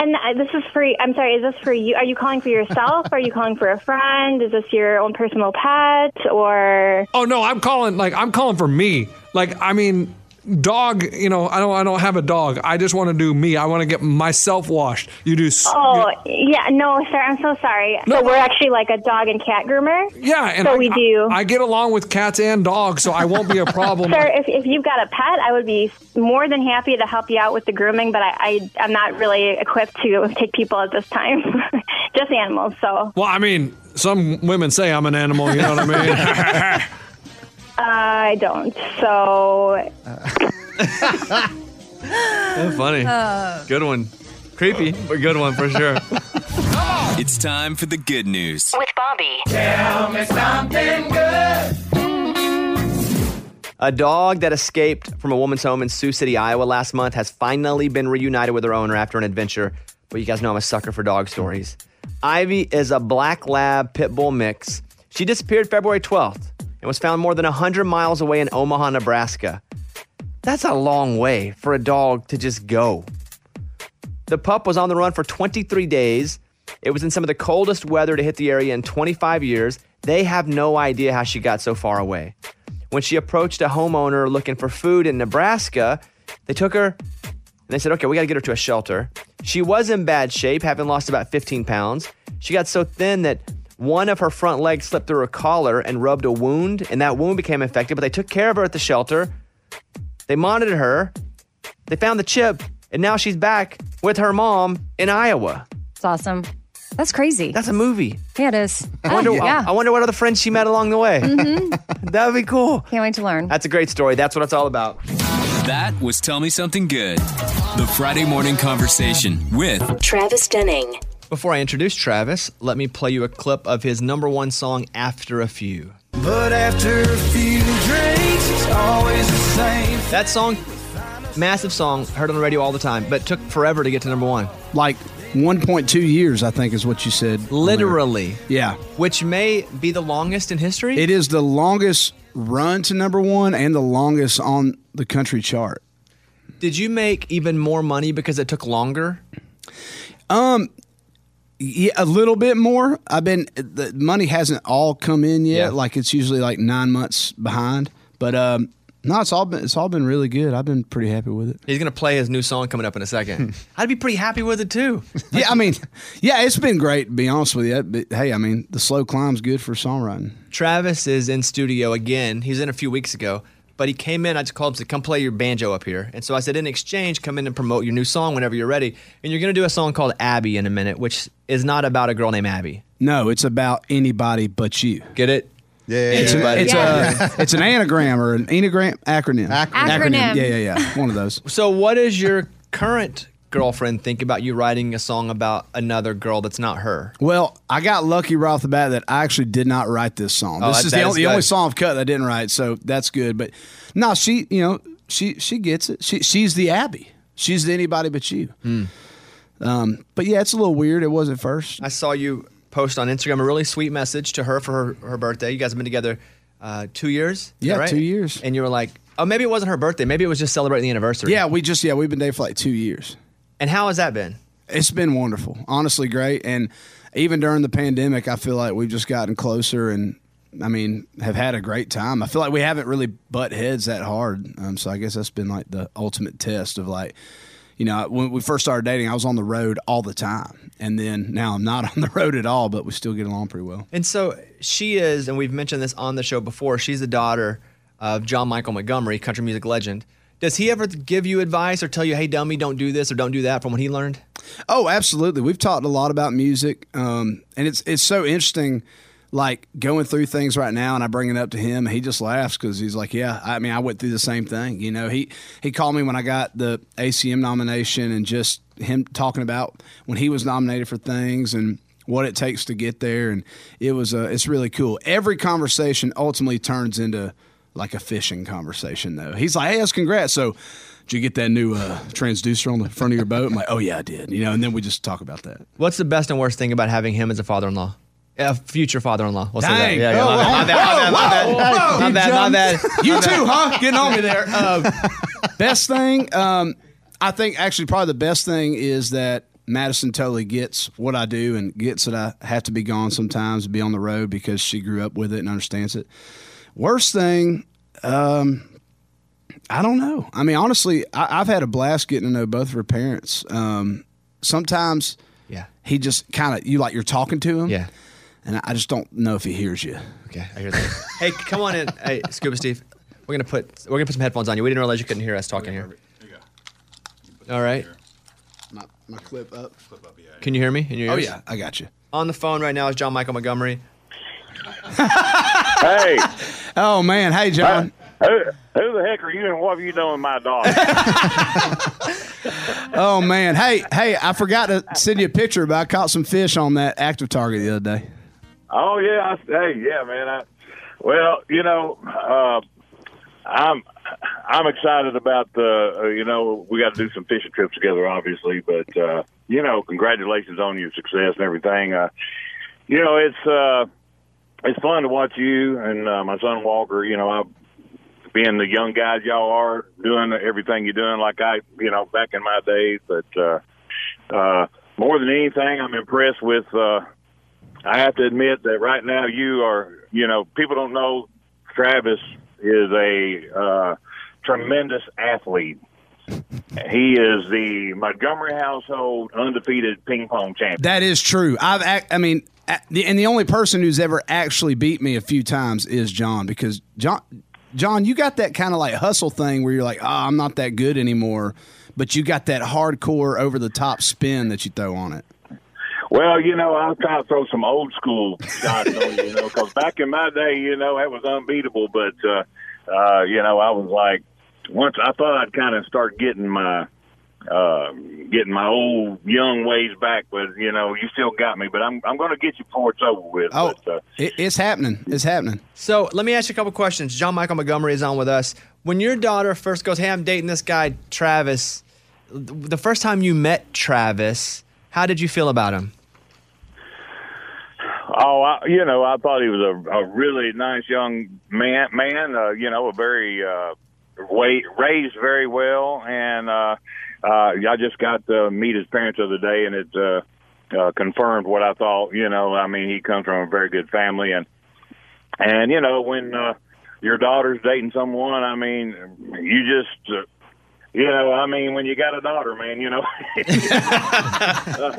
Speaker 15: and uh, this is for I'm sorry. Is this for you? Are you calling for yourself? are you calling for a friend? Is this your own personal pet? Or
Speaker 12: Oh no, I'm calling like I'm calling for me. Like I mean, dog. You know, I don't I don't have a dog. I just want to do me. I want to get myself washed. You do. s-
Speaker 15: oh yeah, no, sir. I'm so sorry. No, so we're actually like a dog and cat groomer.
Speaker 12: Yeah, and
Speaker 15: so
Speaker 12: I,
Speaker 15: we
Speaker 12: I-
Speaker 15: do.
Speaker 12: I, get along with cats and dogs, so I won't
Speaker 15: (laughs)
Speaker 12: be a problem.
Speaker 15: Sir, if, if you've got a pet, I would be more than happy to help you out with the grooming, but I, I, I'm not really equipped to take people at this time. (laughs) Just animals, so.
Speaker 12: well, I mean, some women say I'm an animal. You know
Speaker 15: (laughs)
Speaker 12: what I mean?
Speaker 15: uh, I don't. So.
Speaker 1: That's funny.
Speaker 15: Uh.
Speaker 1: good one. Creepy, but good one for sure.
Speaker 11: (laughs) It's time for the good news.
Speaker 10: With Bobby.
Speaker 8: Tell me something good.
Speaker 1: A dog that escaped from a woman's home in Sioux City, Iowa last month has finally been reunited with her owner after an adventure. But you guys know I'm a sucker for dog stories. Ivy is a black lab pit bull mix. She disappeared February 12th and was found more than 100 miles away in Omaha, Nebraska. That's a long way for a dog to just go. The pup was on the run for 23 days. It was in some of the coldest weather to hit the area in 25 years. They have no idea how she got so far away. When she approached a homeowner looking for food in Nebraska, they took her and they said, okay, we got to get her to a shelter. She was in bad shape, having lost about 15 pounds. She got so thin that one of her front legs slipped through her collar and rubbed a wound, and that wound became infected, but they took care of her at the shelter. They monitored her. They found the chip, and now she's back with her mom in Iowa.
Speaker 2: It's awesome. That's crazy.
Speaker 1: That's a movie.
Speaker 2: Yeah, it is.
Speaker 1: I wonder,
Speaker 2: Oh, yeah. Mm-hmm. Hmm?
Speaker 1: I wonder what other friends she met along the way. that would be cool.
Speaker 2: Can't wait to learn.
Speaker 1: (laughs) That's a great story. That's what it's all about.
Speaker 11: That was Tell Me Something Good. The Friday morning conversation with
Speaker 10: Travis Denning.
Speaker 1: Before I introduce Travis, let me play you a clip of his number one song, After a Few.
Speaker 8: But after a few drinks, it's always the same.
Speaker 1: That song, massive song, heard on the radio all the time, but took forever to get to number one.
Speaker 16: Like 1.2 years, I think is what you said.
Speaker 1: Literally.
Speaker 16: Yeah.
Speaker 1: Which may be the longest in history.
Speaker 16: It is the longest run to number one and the longest on the country chart.
Speaker 1: Did you make even more money because it took longer?
Speaker 16: Um, yeah, a little bit more. I've been the money hasn't all come in yet. Like it's usually like nine months behind. But um, no, it's all been it's all been really good. I've been pretty happy with it.
Speaker 1: He's going to play his new song coming up in a (laughs) second. I'd be pretty happy with it too.
Speaker 16: (laughs) yeah, I mean, yeah, it's been great. To be honest with you, but hey, I mean, the slow climb's good for songwriting.
Speaker 1: Travis is in studio again. He was in a few weeks ago, but he came in. I just called him to come play your banjo up here. And so I said, in exchange, come in and promote your new song whenever you're ready. And you're going to do a song called Abby in a minute, which is not about a girl named Abby.
Speaker 16: No, it's about anybody but you.
Speaker 1: Get it?
Speaker 16: Yeah, it's, a-
Speaker 1: Anybody.
Speaker 16: it's
Speaker 1: uh,
Speaker 16: a (laughs) it's an anagram or an anagram acronym. acronym. Yeah,
Speaker 1: Acronym.
Speaker 16: yeah, yeah. One of those.
Speaker 1: So, what does your current girlfriend think about you writing a song about another girl that's not her?
Speaker 16: Well, I got lucky right off the bat that I actually did not write this song.
Speaker 1: Oh,
Speaker 16: this
Speaker 1: that-
Speaker 16: is the,
Speaker 1: that
Speaker 16: only,
Speaker 1: is
Speaker 16: the
Speaker 1: good.
Speaker 16: only song I've cut that I didn't write, so that's good. But no, she, you know, she she gets it. She she's the Abby. She's the anybody but you.
Speaker 1: Hmm.
Speaker 16: Um, but yeah, it's a little weird. It was at first.
Speaker 1: I saw you post on Instagram a really sweet message to her for her, her birthday. You guys have been together uh, two years. Is that
Speaker 16: Yeah,
Speaker 1: right?
Speaker 16: two years.
Speaker 1: And you were like, oh, maybe it wasn't her birthday. Maybe it was just celebrating the anniversary.
Speaker 16: Yeah, we just yeah we've been dating for like two years.
Speaker 1: And how has that been?
Speaker 16: it's been wonderful, honestly, great. And even during the pandemic, I feel like we've just gotten closer and. I mean, have had a great time. I feel like we haven't really butt heads that hard. Um, so I guess that's been like the ultimate test of like, you know, when we first started dating, I was on the road all the time. And then now I'm not (laughs) on the road at all, but we still get along pretty well.
Speaker 1: And so she is, and we've mentioned this on the show before, she's the daughter of John Michael Montgomery, country music legend. Does he ever give you advice or tell you, hey, dummy, don't do this or don't do that from what he learned?
Speaker 16: Oh, absolutely. We've talked a lot about music, um, and it's it's so interesting. Like going through things right now, and I bring it up to him, he just laughs because he's like, "Yeah, I mean, I went through the same thing." You know, he he called me when I got the ACM nomination, and just him talking about when he was nominated for things and what it takes to get there, and it was uh, it's really cool. Every conversation ultimately turns into like a fishing conversation, though. He's like, "Hey, that's congrats." So. Did you get that new uh, transducer on the front of your boat? I'm like, oh yeah, I did. You know, and then we just talk about that.
Speaker 1: What's the best and worst thing about having him as a father in law? A future father in law. We'll say that.
Speaker 16: Dang.
Speaker 1: Yeah, yeah,
Speaker 16: Oh,
Speaker 1: my bad, my bad, my bad,
Speaker 16: whoa,
Speaker 1: my bad.
Speaker 16: whoa,
Speaker 1: My
Speaker 16: you
Speaker 1: bad, my
Speaker 16: jumped. (laughs)
Speaker 1: bad.
Speaker 16: You too, huh? Getting on me
Speaker 1: (laughs)
Speaker 16: there. Uh, best thing, um, I think actually probably the best thing is that Madison totally gets what I do and gets that I have to be gone sometimes, be on the road because she grew up with it and understands it. Worst thing, um, I don't know. I mean, honestly, I, I've had a blast getting to know both of her parents. Um, sometimes,
Speaker 1: Yeah.
Speaker 16: he just kind of you like you're talking to him, yeah, and I- I just don't know if he hears you.
Speaker 1: Okay, I hear that. hey, come on in. Hey, Scuba Steve. We're gonna put we're gonna put some headphones on you. We didn't realize you couldn't hear us talking here. All right.
Speaker 16: My, my clip up.
Speaker 1: Can you hear me? In your
Speaker 16: Oh,
Speaker 1: ears?
Speaker 16: yeah, I got you.
Speaker 1: On the phone right now is John Michael Montgomery.
Speaker 16: Hey. (laughs) oh man. Hey, John.
Speaker 17: Who, who the heck are you and what have you done with my
Speaker 16: (laughs)
Speaker 17: dog?
Speaker 16: Oh man. Hey, hey. I forgot to send you a picture, but I caught some fish on that active target the other day.
Speaker 17: oh yeah, I, hey yeah, man. I, well, you know, uh, I'm I'm excited about the. Uh, you know, we got to do some fishing trips together, obviously. But uh, you know, congratulations on your success and everything. Uh, you know, it's uh, it's fun to watch you and uh, my son Walker. You know, I, being the young guys y'all are doing everything you're doing, like I, you know, back in my days. But uh, uh, more than anything, I'm impressed with. Uh, I have to admit that right now you are, you know, people don't know Travis is a uh, tremendous athlete. He is the Montgomery household undefeated ping pong champion.
Speaker 16: That is true. I've, ac- I mean, a- the- and the only person who's ever actually beat me a few times is John because John, John, you got that kind of like hustle thing where you're like, oh, I'm not that good anymore, but you got that hardcore over the top spin that you throw on it.
Speaker 17: Well, you know, I'll try to throw some old school shots on you, you know, because back in my day, you know, that was unbeatable. But, uh, uh, you know, I was like, once I thought I'd kind of start getting my, uh, getting my old young ways back, but you know, you still got me. But I'm, I'm going to get you before it's over with.
Speaker 16: Oh,
Speaker 17: but, uh,
Speaker 16: it, it's happening. It's happening.
Speaker 1: So let me ask you a couple questions. John Michael Montgomery is on with us. When your daughter first goes, "Hey, I'm dating this guy Travis," th- the first time you met Travis, how did you feel about him?
Speaker 17: Oh, I, you know, I thought he was a, a really nice young man. Man, uh, you know, a very uh, wa raised very well, and uh, uh, I just got to meet his parents the other day, and it uh, uh, confirmed what I thought. You know, I mean, he comes from a very good family, and and you know, when uh, your daughter's dating someone, I mean, you just. Uh, you know, I mean, when you got a daughter, man, you know.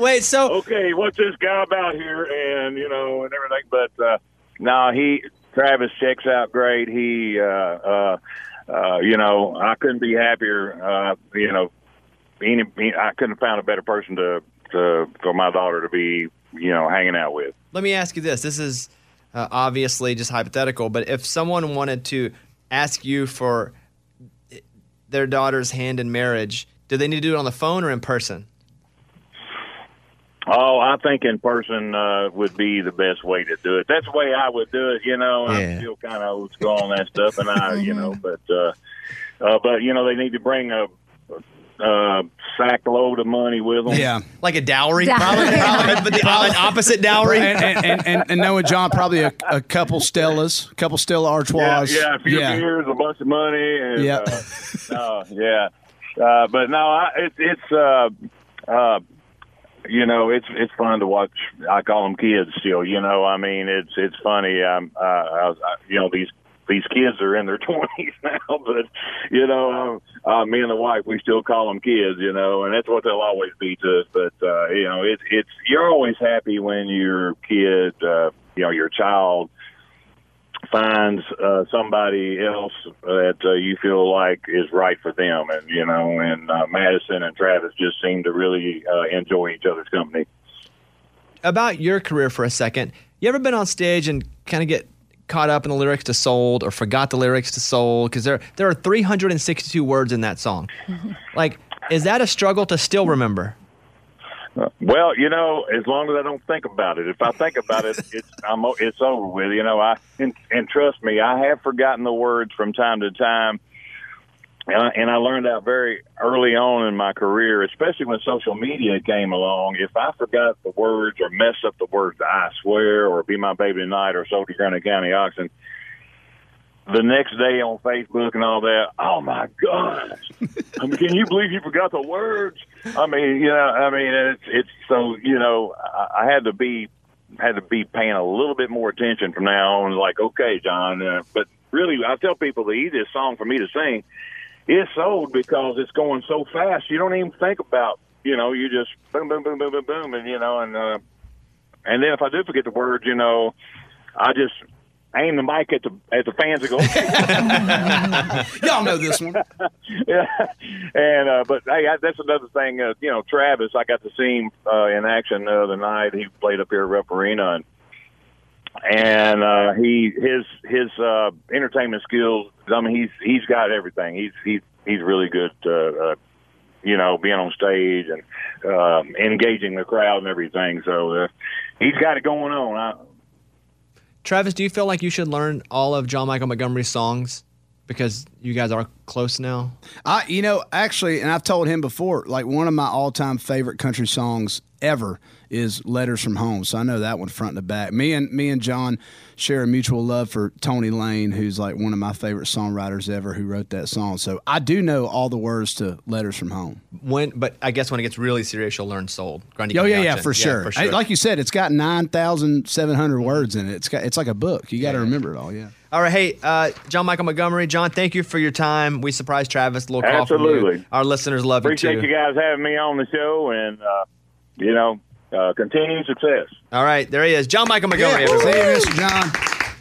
Speaker 1: (laughs) Wait, so
Speaker 17: (laughs) okay, what's this guy about here, and you know, and everything. But uh, no, he Travis checks out great. He, uh, uh, uh, you know, I couldn't be happier. Uh, you know, any I couldn't have found a better person to, to for my daughter to be, you know, hanging out with.
Speaker 1: Let me ask you this. This is uh, obviously just hypothetical, but if someone wanted to ask you for eh, their daughter's hand in marriage, do they need to do it on the phone or in person?
Speaker 17: Oh, I think in person uh, would be the best way to do it. That's the way I would do it. You know, I'm still kind of old school on that stuff, and I, you know, but uh, uh, but you know, they need to bring a, a sack load of money with them.
Speaker 16: Yeah.
Speaker 1: Like a dowry, probably, probably, but the o- (laughs) opposite dowry.
Speaker 16: And, and, and, and, and knowing John, probably a, a couple Stellas, couple Stella
Speaker 17: Yeah,
Speaker 16: Artois.
Speaker 17: yeah, a few beers, a bunch of money, and
Speaker 16: Yeah.
Speaker 17: uh, no, yeah. Uh, but no, I, it, it's uh, uh, you know, it's it's fun to watch. I call them kids still. You know, I mean, it's it's funny. Um, uh, I was, I, you know, these these kids are in their (laughs) twenties now, but you know, um, uh, me and the wife, we still call them kids. You know, and that's what they'll always be to us. But uh, you know, it's it's you're always happy when your kid, uh, you know, your child finds uh, somebody else that uh, you feel like is right for them, and you know, and uh, Madison and Travis just seem to really uh, enjoy each other's company.
Speaker 1: About your career for a second. You ever been on stage and kind of get caught up in the lyrics to Sold or forgot the lyrics to Sold? Because there, there are 362 words in that song. like, is that a struggle to still remember?
Speaker 17: Well, you know, as long as I don't think about it. If I think about it, it's I'm o- it's over with. You know, I and, and trust me, I have forgotten the words from time to time. And I, and I learned out very early on in my career, especially when social media came along. If I forgot the words or messed up the words, I swear, or be my baby tonight, or Soldier County County Oxen, the next day on Facebook and all that, oh my gosh, I mean, can you believe you forgot the words? I mean, you know, I mean, it's it's so you know, I, I had to be had to be paying a little bit more attention from now on. Like, okay, John, uh, but really, I tell people the easiest song for me to sing is "Sold" because it's going so fast, you don't even think about. You know, you just boom, boom, boom, boom, boom, boom, and you know, and uh, and then if I do forget the words, you know, I just aim the mic at the at the fans and go.
Speaker 16: (laughs) Y'all know this one.
Speaker 17: (laughs) yeah. And uh, but hey, I, that's another thing. Uh, you know, Travis, I got to see him uh, in action the other night. He played up here at Rep Arena, and and uh, he his his uh, entertainment skills. I mean, he's he's got everything. He's he's he's really good. Uh, uh, you know, being on stage and um, engaging the crowd and everything. So uh, he's got it going on. I,
Speaker 1: Travis, do you feel like you should learn all of John Michael Montgomery's songs because you guys are close now?
Speaker 16: I, you know, actually, and I've told him before, like one of my all time favorite country songs ever is Letters from Home. So I know that one front to back. Me and me and John share a mutual love for Tony Lane, who's like one of my favorite songwriters ever who wrote that song. So I do know all the words to Letters from Home.
Speaker 1: When, but I guess when it gets really serious, you'll learn "Sold." Grundy
Speaker 16: Oh yeah,
Speaker 1: County
Speaker 16: yeah,
Speaker 1: Option.
Speaker 16: for sure. I- like you said, it's got nine thousand seven hundred words in it. It's got it's like a book. You got to remember it all. Yeah.
Speaker 1: All right, hey, uh, John Michael Montgomery, John, thank you for your time. We surprised Travis. A little call from you.
Speaker 17: Absolutely.
Speaker 1: Our listeners love
Speaker 17: Appreciate
Speaker 1: you too.
Speaker 17: you guys having me on the show, and uh, you know, uh, continued success.
Speaker 1: All right, there he is, John Michael Montgomery.
Speaker 17: Yeah.
Speaker 1: everybody.
Speaker 17: Say
Speaker 16: Mr. John.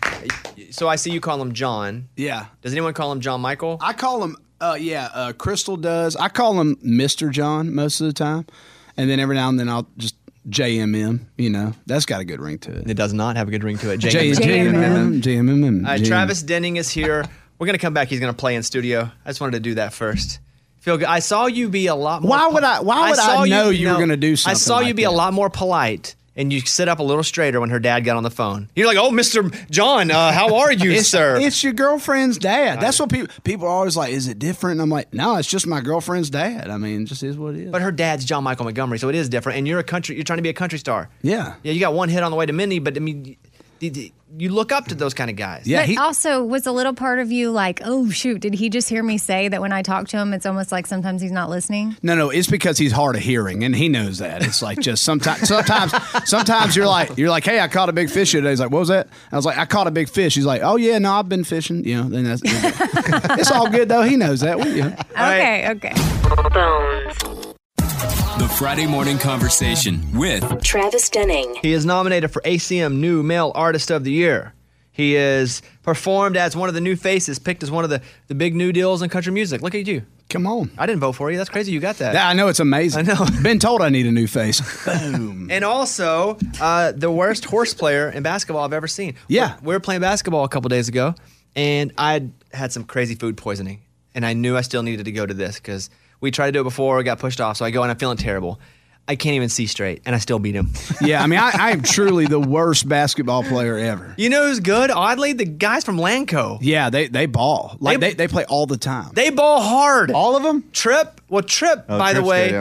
Speaker 1: So I see you call him John.
Speaker 16: Yeah.
Speaker 1: Does anyone call him John Michael?
Speaker 16: I call him, uh, yeah, uh, Crystal does. I call him Mr. John most of the time. And then every now and then I'll just JMM, you know. That's got a good ring to it.
Speaker 1: It does not have a good ring to it.
Speaker 16: J- JMM. JMM.
Speaker 1: All right, Travis Denning is here. We're gonna come back. He's gonna play in studio. I just wanted to do that first. Feel good. I saw you be a lot. more
Speaker 16: Why would I- why would I
Speaker 1: saw
Speaker 16: know you were gonna do
Speaker 1: I
Speaker 16: something
Speaker 1: saw you
Speaker 16: like
Speaker 1: be a lot more polite, and you sit up a little straighter when her dad got on the phone. You're like, "Oh, Mister John, uh, how are
Speaker 16: (laughs)
Speaker 1: you,
Speaker 16: it's,
Speaker 1: sir?"
Speaker 16: It's your girlfriend's dad. That's what people people are always like, is it different? And I'm like, no, it's just my girlfriend's dad. I mean, it just is what it is.
Speaker 1: But her dad's John Michael Montgomery, so it is different. And you're a country. You're trying to be a country star.
Speaker 16: Yeah.
Speaker 1: Yeah, you got one hit on the way to Mindy, but I mean, you, you- you look up to those kind of guys.
Speaker 2: but also, was a little part of you like, oh shoot, did he just hear me say that when I talk to him, it's almost like sometimes he's not
Speaker 1: (laughs)
Speaker 2: listening?
Speaker 16: No, no, it's because he's hard of hearing, and he knows that. It's like just sometimes, (laughs) sometimes, sometimes you're like, you're like, hey, I caught a big fish today. He's like, what was that? I was like, I caught a big fish. He's like, oh yeah, no, I've been fishing. You know, then that's,
Speaker 1: (laughs)
Speaker 16: it's all good though. He knows that. We- you know.
Speaker 2: Okay, okay.
Speaker 11: The Friday morning conversation with
Speaker 10: Travis Denning.
Speaker 1: He is nominated for ACM New Male Artist of the Year. He is performed as one of the new faces, picked as one of the, the big new deals in country music. Look at you.
Speaker 16: Come on.
Speaker 1: I didn't vote for you. That's crazy. You got that.
Speaker 16: Yeah, I know it's amazing. I know. (laughs) Been told I need a new face. Boom.
Speaker 1: And also, uh, the worst horse player in basketball I've ever seen. Yeah. We were playing basketball a couple days ago, and I had had some crazy food poisoning. And I knew I still needed to go to this because we tried to do it before, got pushed off. So I go, and I'm feeling terrible. I can't even see straight, and I still beat him.
Speaker 16: Yeah, I mean, I, I am truly the worst basketball player ever.
Speaker 1: You know who's good? Oddly, the guys from Lanco.
Speaker 16: Yeah, they they ball like they, they, play all the time.
Speaker 1: They ball hard.
Speaker 16: All of them.
Speaker 1: Trip. Well, Trip.
Speaker 16: Oh,
Speaker 1: by the
Speaker 16: Trip's
Speaker 1: way,
Speaker 16: good,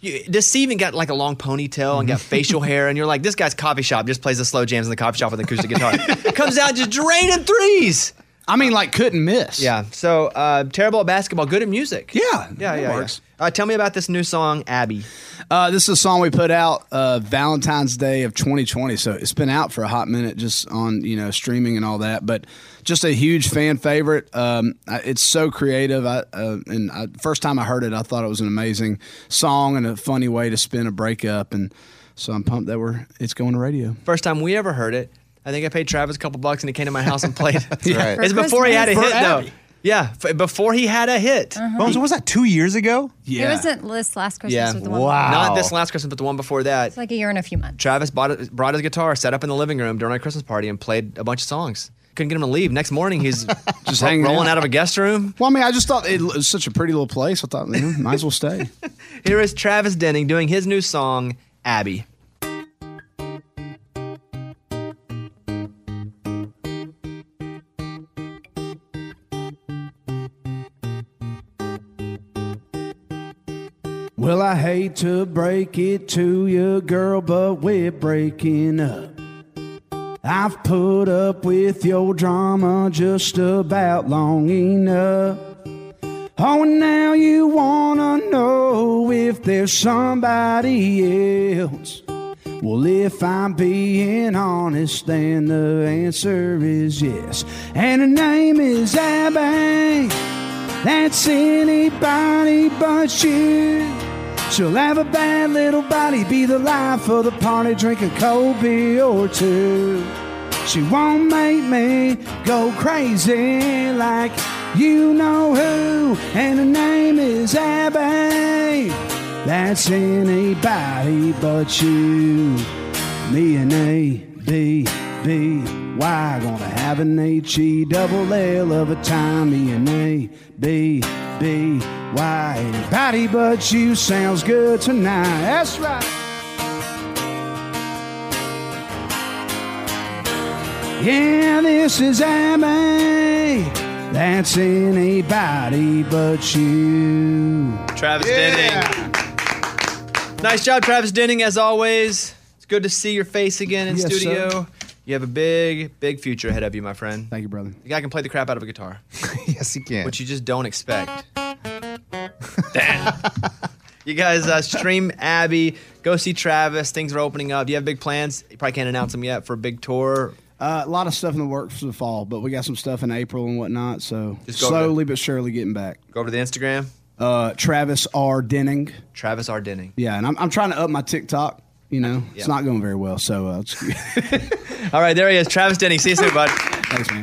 Speaker 16: yeah. Mm-hmm.
Speaker 1: you, deceiving got like a long ponytail and
Speaker 16: (laughs)
Speaker 1: got facial hair, and you're like, this guy's coffee shop just plays the slow jams in the coffee shop with an acoustic guitar. Comes out just draining threes.
Speaker 16: I mean, like couldn't miss.
Speaker 1: Yeah. So uh, terrible at basketball, good at music.
Speaker 16: Yeah.
Speaker 1: Yeah.
Speaker 16: that
Speaker 1: Yeah.
Speaker 16: works.
Speaker 1: yeah. Uh, tell me about this new song, Abby.
Speaker 16: Uh, this is a song we put out uh, Valentine's Day of 2020, so it's been out for a hot minute, just on you know streaming and all that. But just a huge fan favorite. Um, I- it's so creative. I uh, and I, first time I heard it, I thought it was an amazing song and a funny way to spin a breakup. And so I'm pumped that we're it's going to radio.
Speaker 1: First time we ever heard it. I think I paid Travis a couple bucks and he came to my house
Speaker 16: (laughs)
Speaker 1: and played.
Speaker 16: right.
Speaker 1: It's
Speaker 16: For
Speaker 1: before he had a
Speaker 16: Christmas.
Speaker 1: hit,
Speaker 16: For
Speaker 1: though.
Speaker 16: Abby.
Speaker 1: Yeah. f- before he had a hit.
Speaker 2: Uh-huh. Bones, what was
Speaker 1: that, two years ago? (laughs)
Speaker 2: It wasn't this last Christmas
Speaker 1: yeah.
Speaker 2: with the one.
Speaker 1: Not this last Christmas, but the one before that.
Speaker 2: It's like a year and a few months.
Speaker 1: Travis bought, brought his guitar, sat up in the living room during our Christmas party, and played a bunch of songs. Couldn't get him to leave. Next
Speaker 16: (laughs)
Speaker 1: morning, he's just
Speaker 16: hanging
Speaker 1: rolling
Speaker 16: out.
Speaker 1: out of
Speaker 16: (laughs)
Speaker 1: a guest room.
Speaker 16: Well, I mean, I just thought it was such a pretty little place. I thought, man, might as well stay.
Speaker 1: (laughs) Here is Travis Denning doing his new song, Abby.
Speaker 18: Well, I hate to break it to you, girl, but we're breaking up. I've put up with your drama just about long enough. Oh, now you wanna know if there's somebody else. Well, if I'm being honest, then the answer is yes. And her name is Abby. That's anybody but you. She'll have a bad little body, be the life of the party, drink a cold beer or two. She won't make me go crazy like you know who, and her name is Abby. That's anybody but you. Me and A, B, B, Y. Gonna have an H E double L of a time. Me and A, B, B, Y. Anybody but you sounds good tonight. That's right. Yeah, this is Abby. That's anybody but you.
Speaker 1: Travis Denning. Nice job, Travis Denning, as always. It's good to see your face again in
Speaker 16: Yes,
Speaker 1: studio.
Speaker 16: sir.
Speaker 1: You have a big, big future ahead of you, my friend.
Speaker 16: Thank you, brother.
Speaker 1: The guy can play the crap out of a guitar.
Speaker 3: yes, he can.
Speaker 1: Which you just
Speaker 16: (laughs)
Speaker 1: don't expect. you guys uh, stream Abby, go see Travis. Things are opening up. Do you have big plans? You probably can't announce them yet for a big tour.
Speaker 16: Uh, a lot of stuff in the works for the fall, but we got some stuff in April and whatnot. So
Speaker 1: Just go
Speaker 16: slowly but surely getting back.
Speaker 1: Go over to the Instagram.
Speaker 16: Uh, Travis R. Denning.
Speaker 1: Travis R. Denning.
Speaker 16: Yeah, and I'm, I'm trying to up my TikTok. You know,
Speaker 1: Yeah.
Speaker 16: it's not going very well. So uh, (laughs) it's,
Speaker 1: All right, there he is, Travis Denning. See you soon, bud.
Speaker 16: Thanks, man.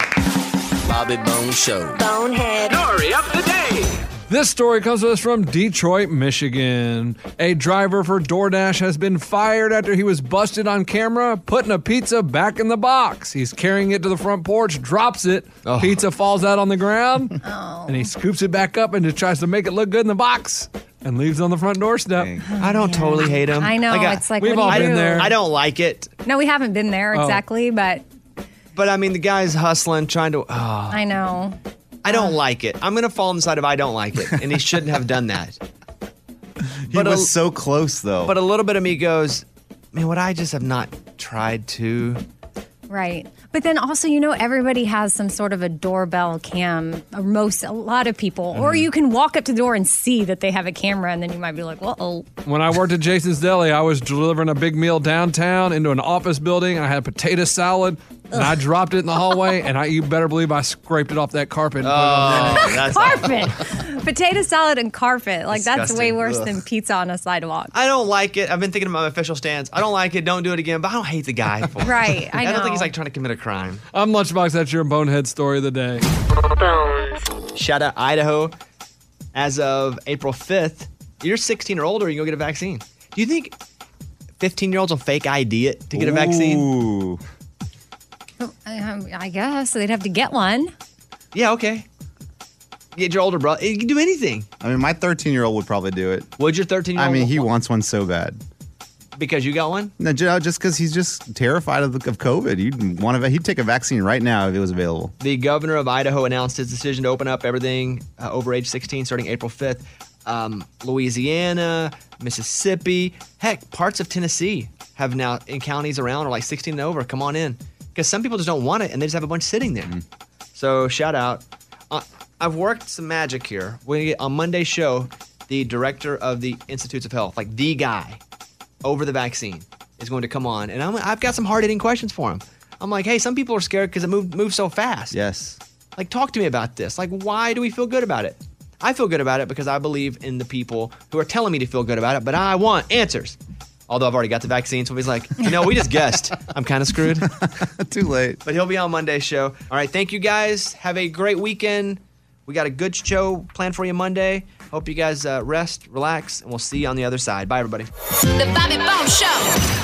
Speaker 11: Bobby Bone Show.
Speaker 10: Bonehead.
Speaker 11: Story of the day.
Speaker 12: This story comes to us from Detroit, Michigan. A driver for DoorDash has been fired after he was busted on camera putting a pizza back in the box. He's carrying it to the front porch, drops it,
Speaker 1: Oh.
Speaker 12: pizza falls out on the
Speaker 1: (laughs)
Speaker 12: ground, and he scoops it back up and just tries to make it look good in the box and leaves it on the front doorstep.
Speaker 1: I don't totally hate him.
Speaker 2: I know, it's like, what
Speaker 12: we've
Speaker 2: do
Speaker 12: all
Speaker 2: you
Speaker 12: been
Speaker 2: do?
Speaker 12: there.
Speaker 1: I don't like it,
Speaker 2: No, we haven't been there
Speaker 1: Oh.
Speaker 2: exactly, but
Speaker 1: but I mean, the guy's hustling, trying to. ah.
Speaker 2: I know.
Speaker 1: I
Speaker 3: Uh,
Speaker 1: don't like it. I'm going to fall on the side of I don't like it.
Speaker 3: (laughs)
Speaker 1: And he shouldn't have done that.
Speaker 3: He was so close, though.
Speaker 1: But a little bit of me goes, man, would I just have not tried to?
Speaker 2: Right. But then also, you know, everybody has some sort of a doorbell cam, or most, a lot of people.
Speaker 1: Mm-hmm.
Speaker 2: Or you can walk up to the door and see that they have a camera, and then you might be like, well, (laughs) oh.
Speaker 12: When I worked at Jason's Deli, I was delivering a big meal downtown into an office building. I had potato salad, and I dropped it in the hallway. And I, you better believe, I scraped it off that carpet. And put it
Speaker 2: Oh,
Speaker 12: on the-
Speaker 1: (laughs)
Speaker 2: carpet. Potato salad and carpet. Like, that's way
Speaker 1: Disgusting.
Speaker 2: worse
Speaker 1: Ugh.
Speaker 2: than pizza on a sidewalk.
Speaker 1: I don't like it. I've been thinking about my official stance. I don't like it. Don't do it again. But I don't hate the
Speaker 3: (laughs)
Speaker 1: guy for it. (laughs)
Speaker 2: Right, I
Speaker 1: don't
Speaker 2: know.
Speaker 1: think he's like trying to commit a crime.
Speaker 12: (laughs) I'm Lunchbox. That's your bonehead story of the day.
Speaker 1: Shout out Idaho. As of April 5th, you're 16 or older, you go get a vaccine. Do you think 15 year olds will fake ID it to get a vaccine?
Speaker 3: Ooh.
Speaker 2: Um, I guess they'd have to get one.
Speaker 1: Yeah, okay. Get your older brother. You can do anything.
Speaker 3: I mean, my 13 year old would probably do it.
Speaker 1: Would your 13 year old?
Speaker 3: I mean, he wants one so bad.
Speaker 1: Because you got one?
Speaker 3: No, ju- just because he's just terrified of, the, of COVID. He'd want to. He'd take a vaccine right now if it was available.
Speaker 1: The governor of Idaho announced his decision to open up everything uh, over age 16 starting April 5th. Um, Louisiana, Mississippi, heck, parts of Tennessee have now in counties around are like 16 and over. Come on in. Because some people just don't want it and they just have a bunch sitting there. So shout out. Uh, I've worked some magic here. We on Monday's show, the director of the Institutes of Health, like the guy over the vaccine, is going to come on, and I'm, I've got some hard hitting questions for him. I'm like, hey, some people are scared because it moved moved so fast.
Speaker 3: Yes.
Speaker 1: Like, talk to me about this. Like, why do we feel good about it? I feel good about it because I believe in the people who are telling me to feel good about it, but I want answers. Although I've already got the vaccine, so he's like, you know,
Speaker 3: (laughs)
Speaker 1: we just guessed. I'm kind of screwed.
Speaker 3: Too late.
Speaker 1: But he'll be on Monday's show. All right. Thank you guys. Have a great weekend. We got a good show planned for you Monday. Hope you guys uh, rest, relax, and we'll see you on the other side. Bye, everybody.
Speaker 5: The Bobby Bone Show.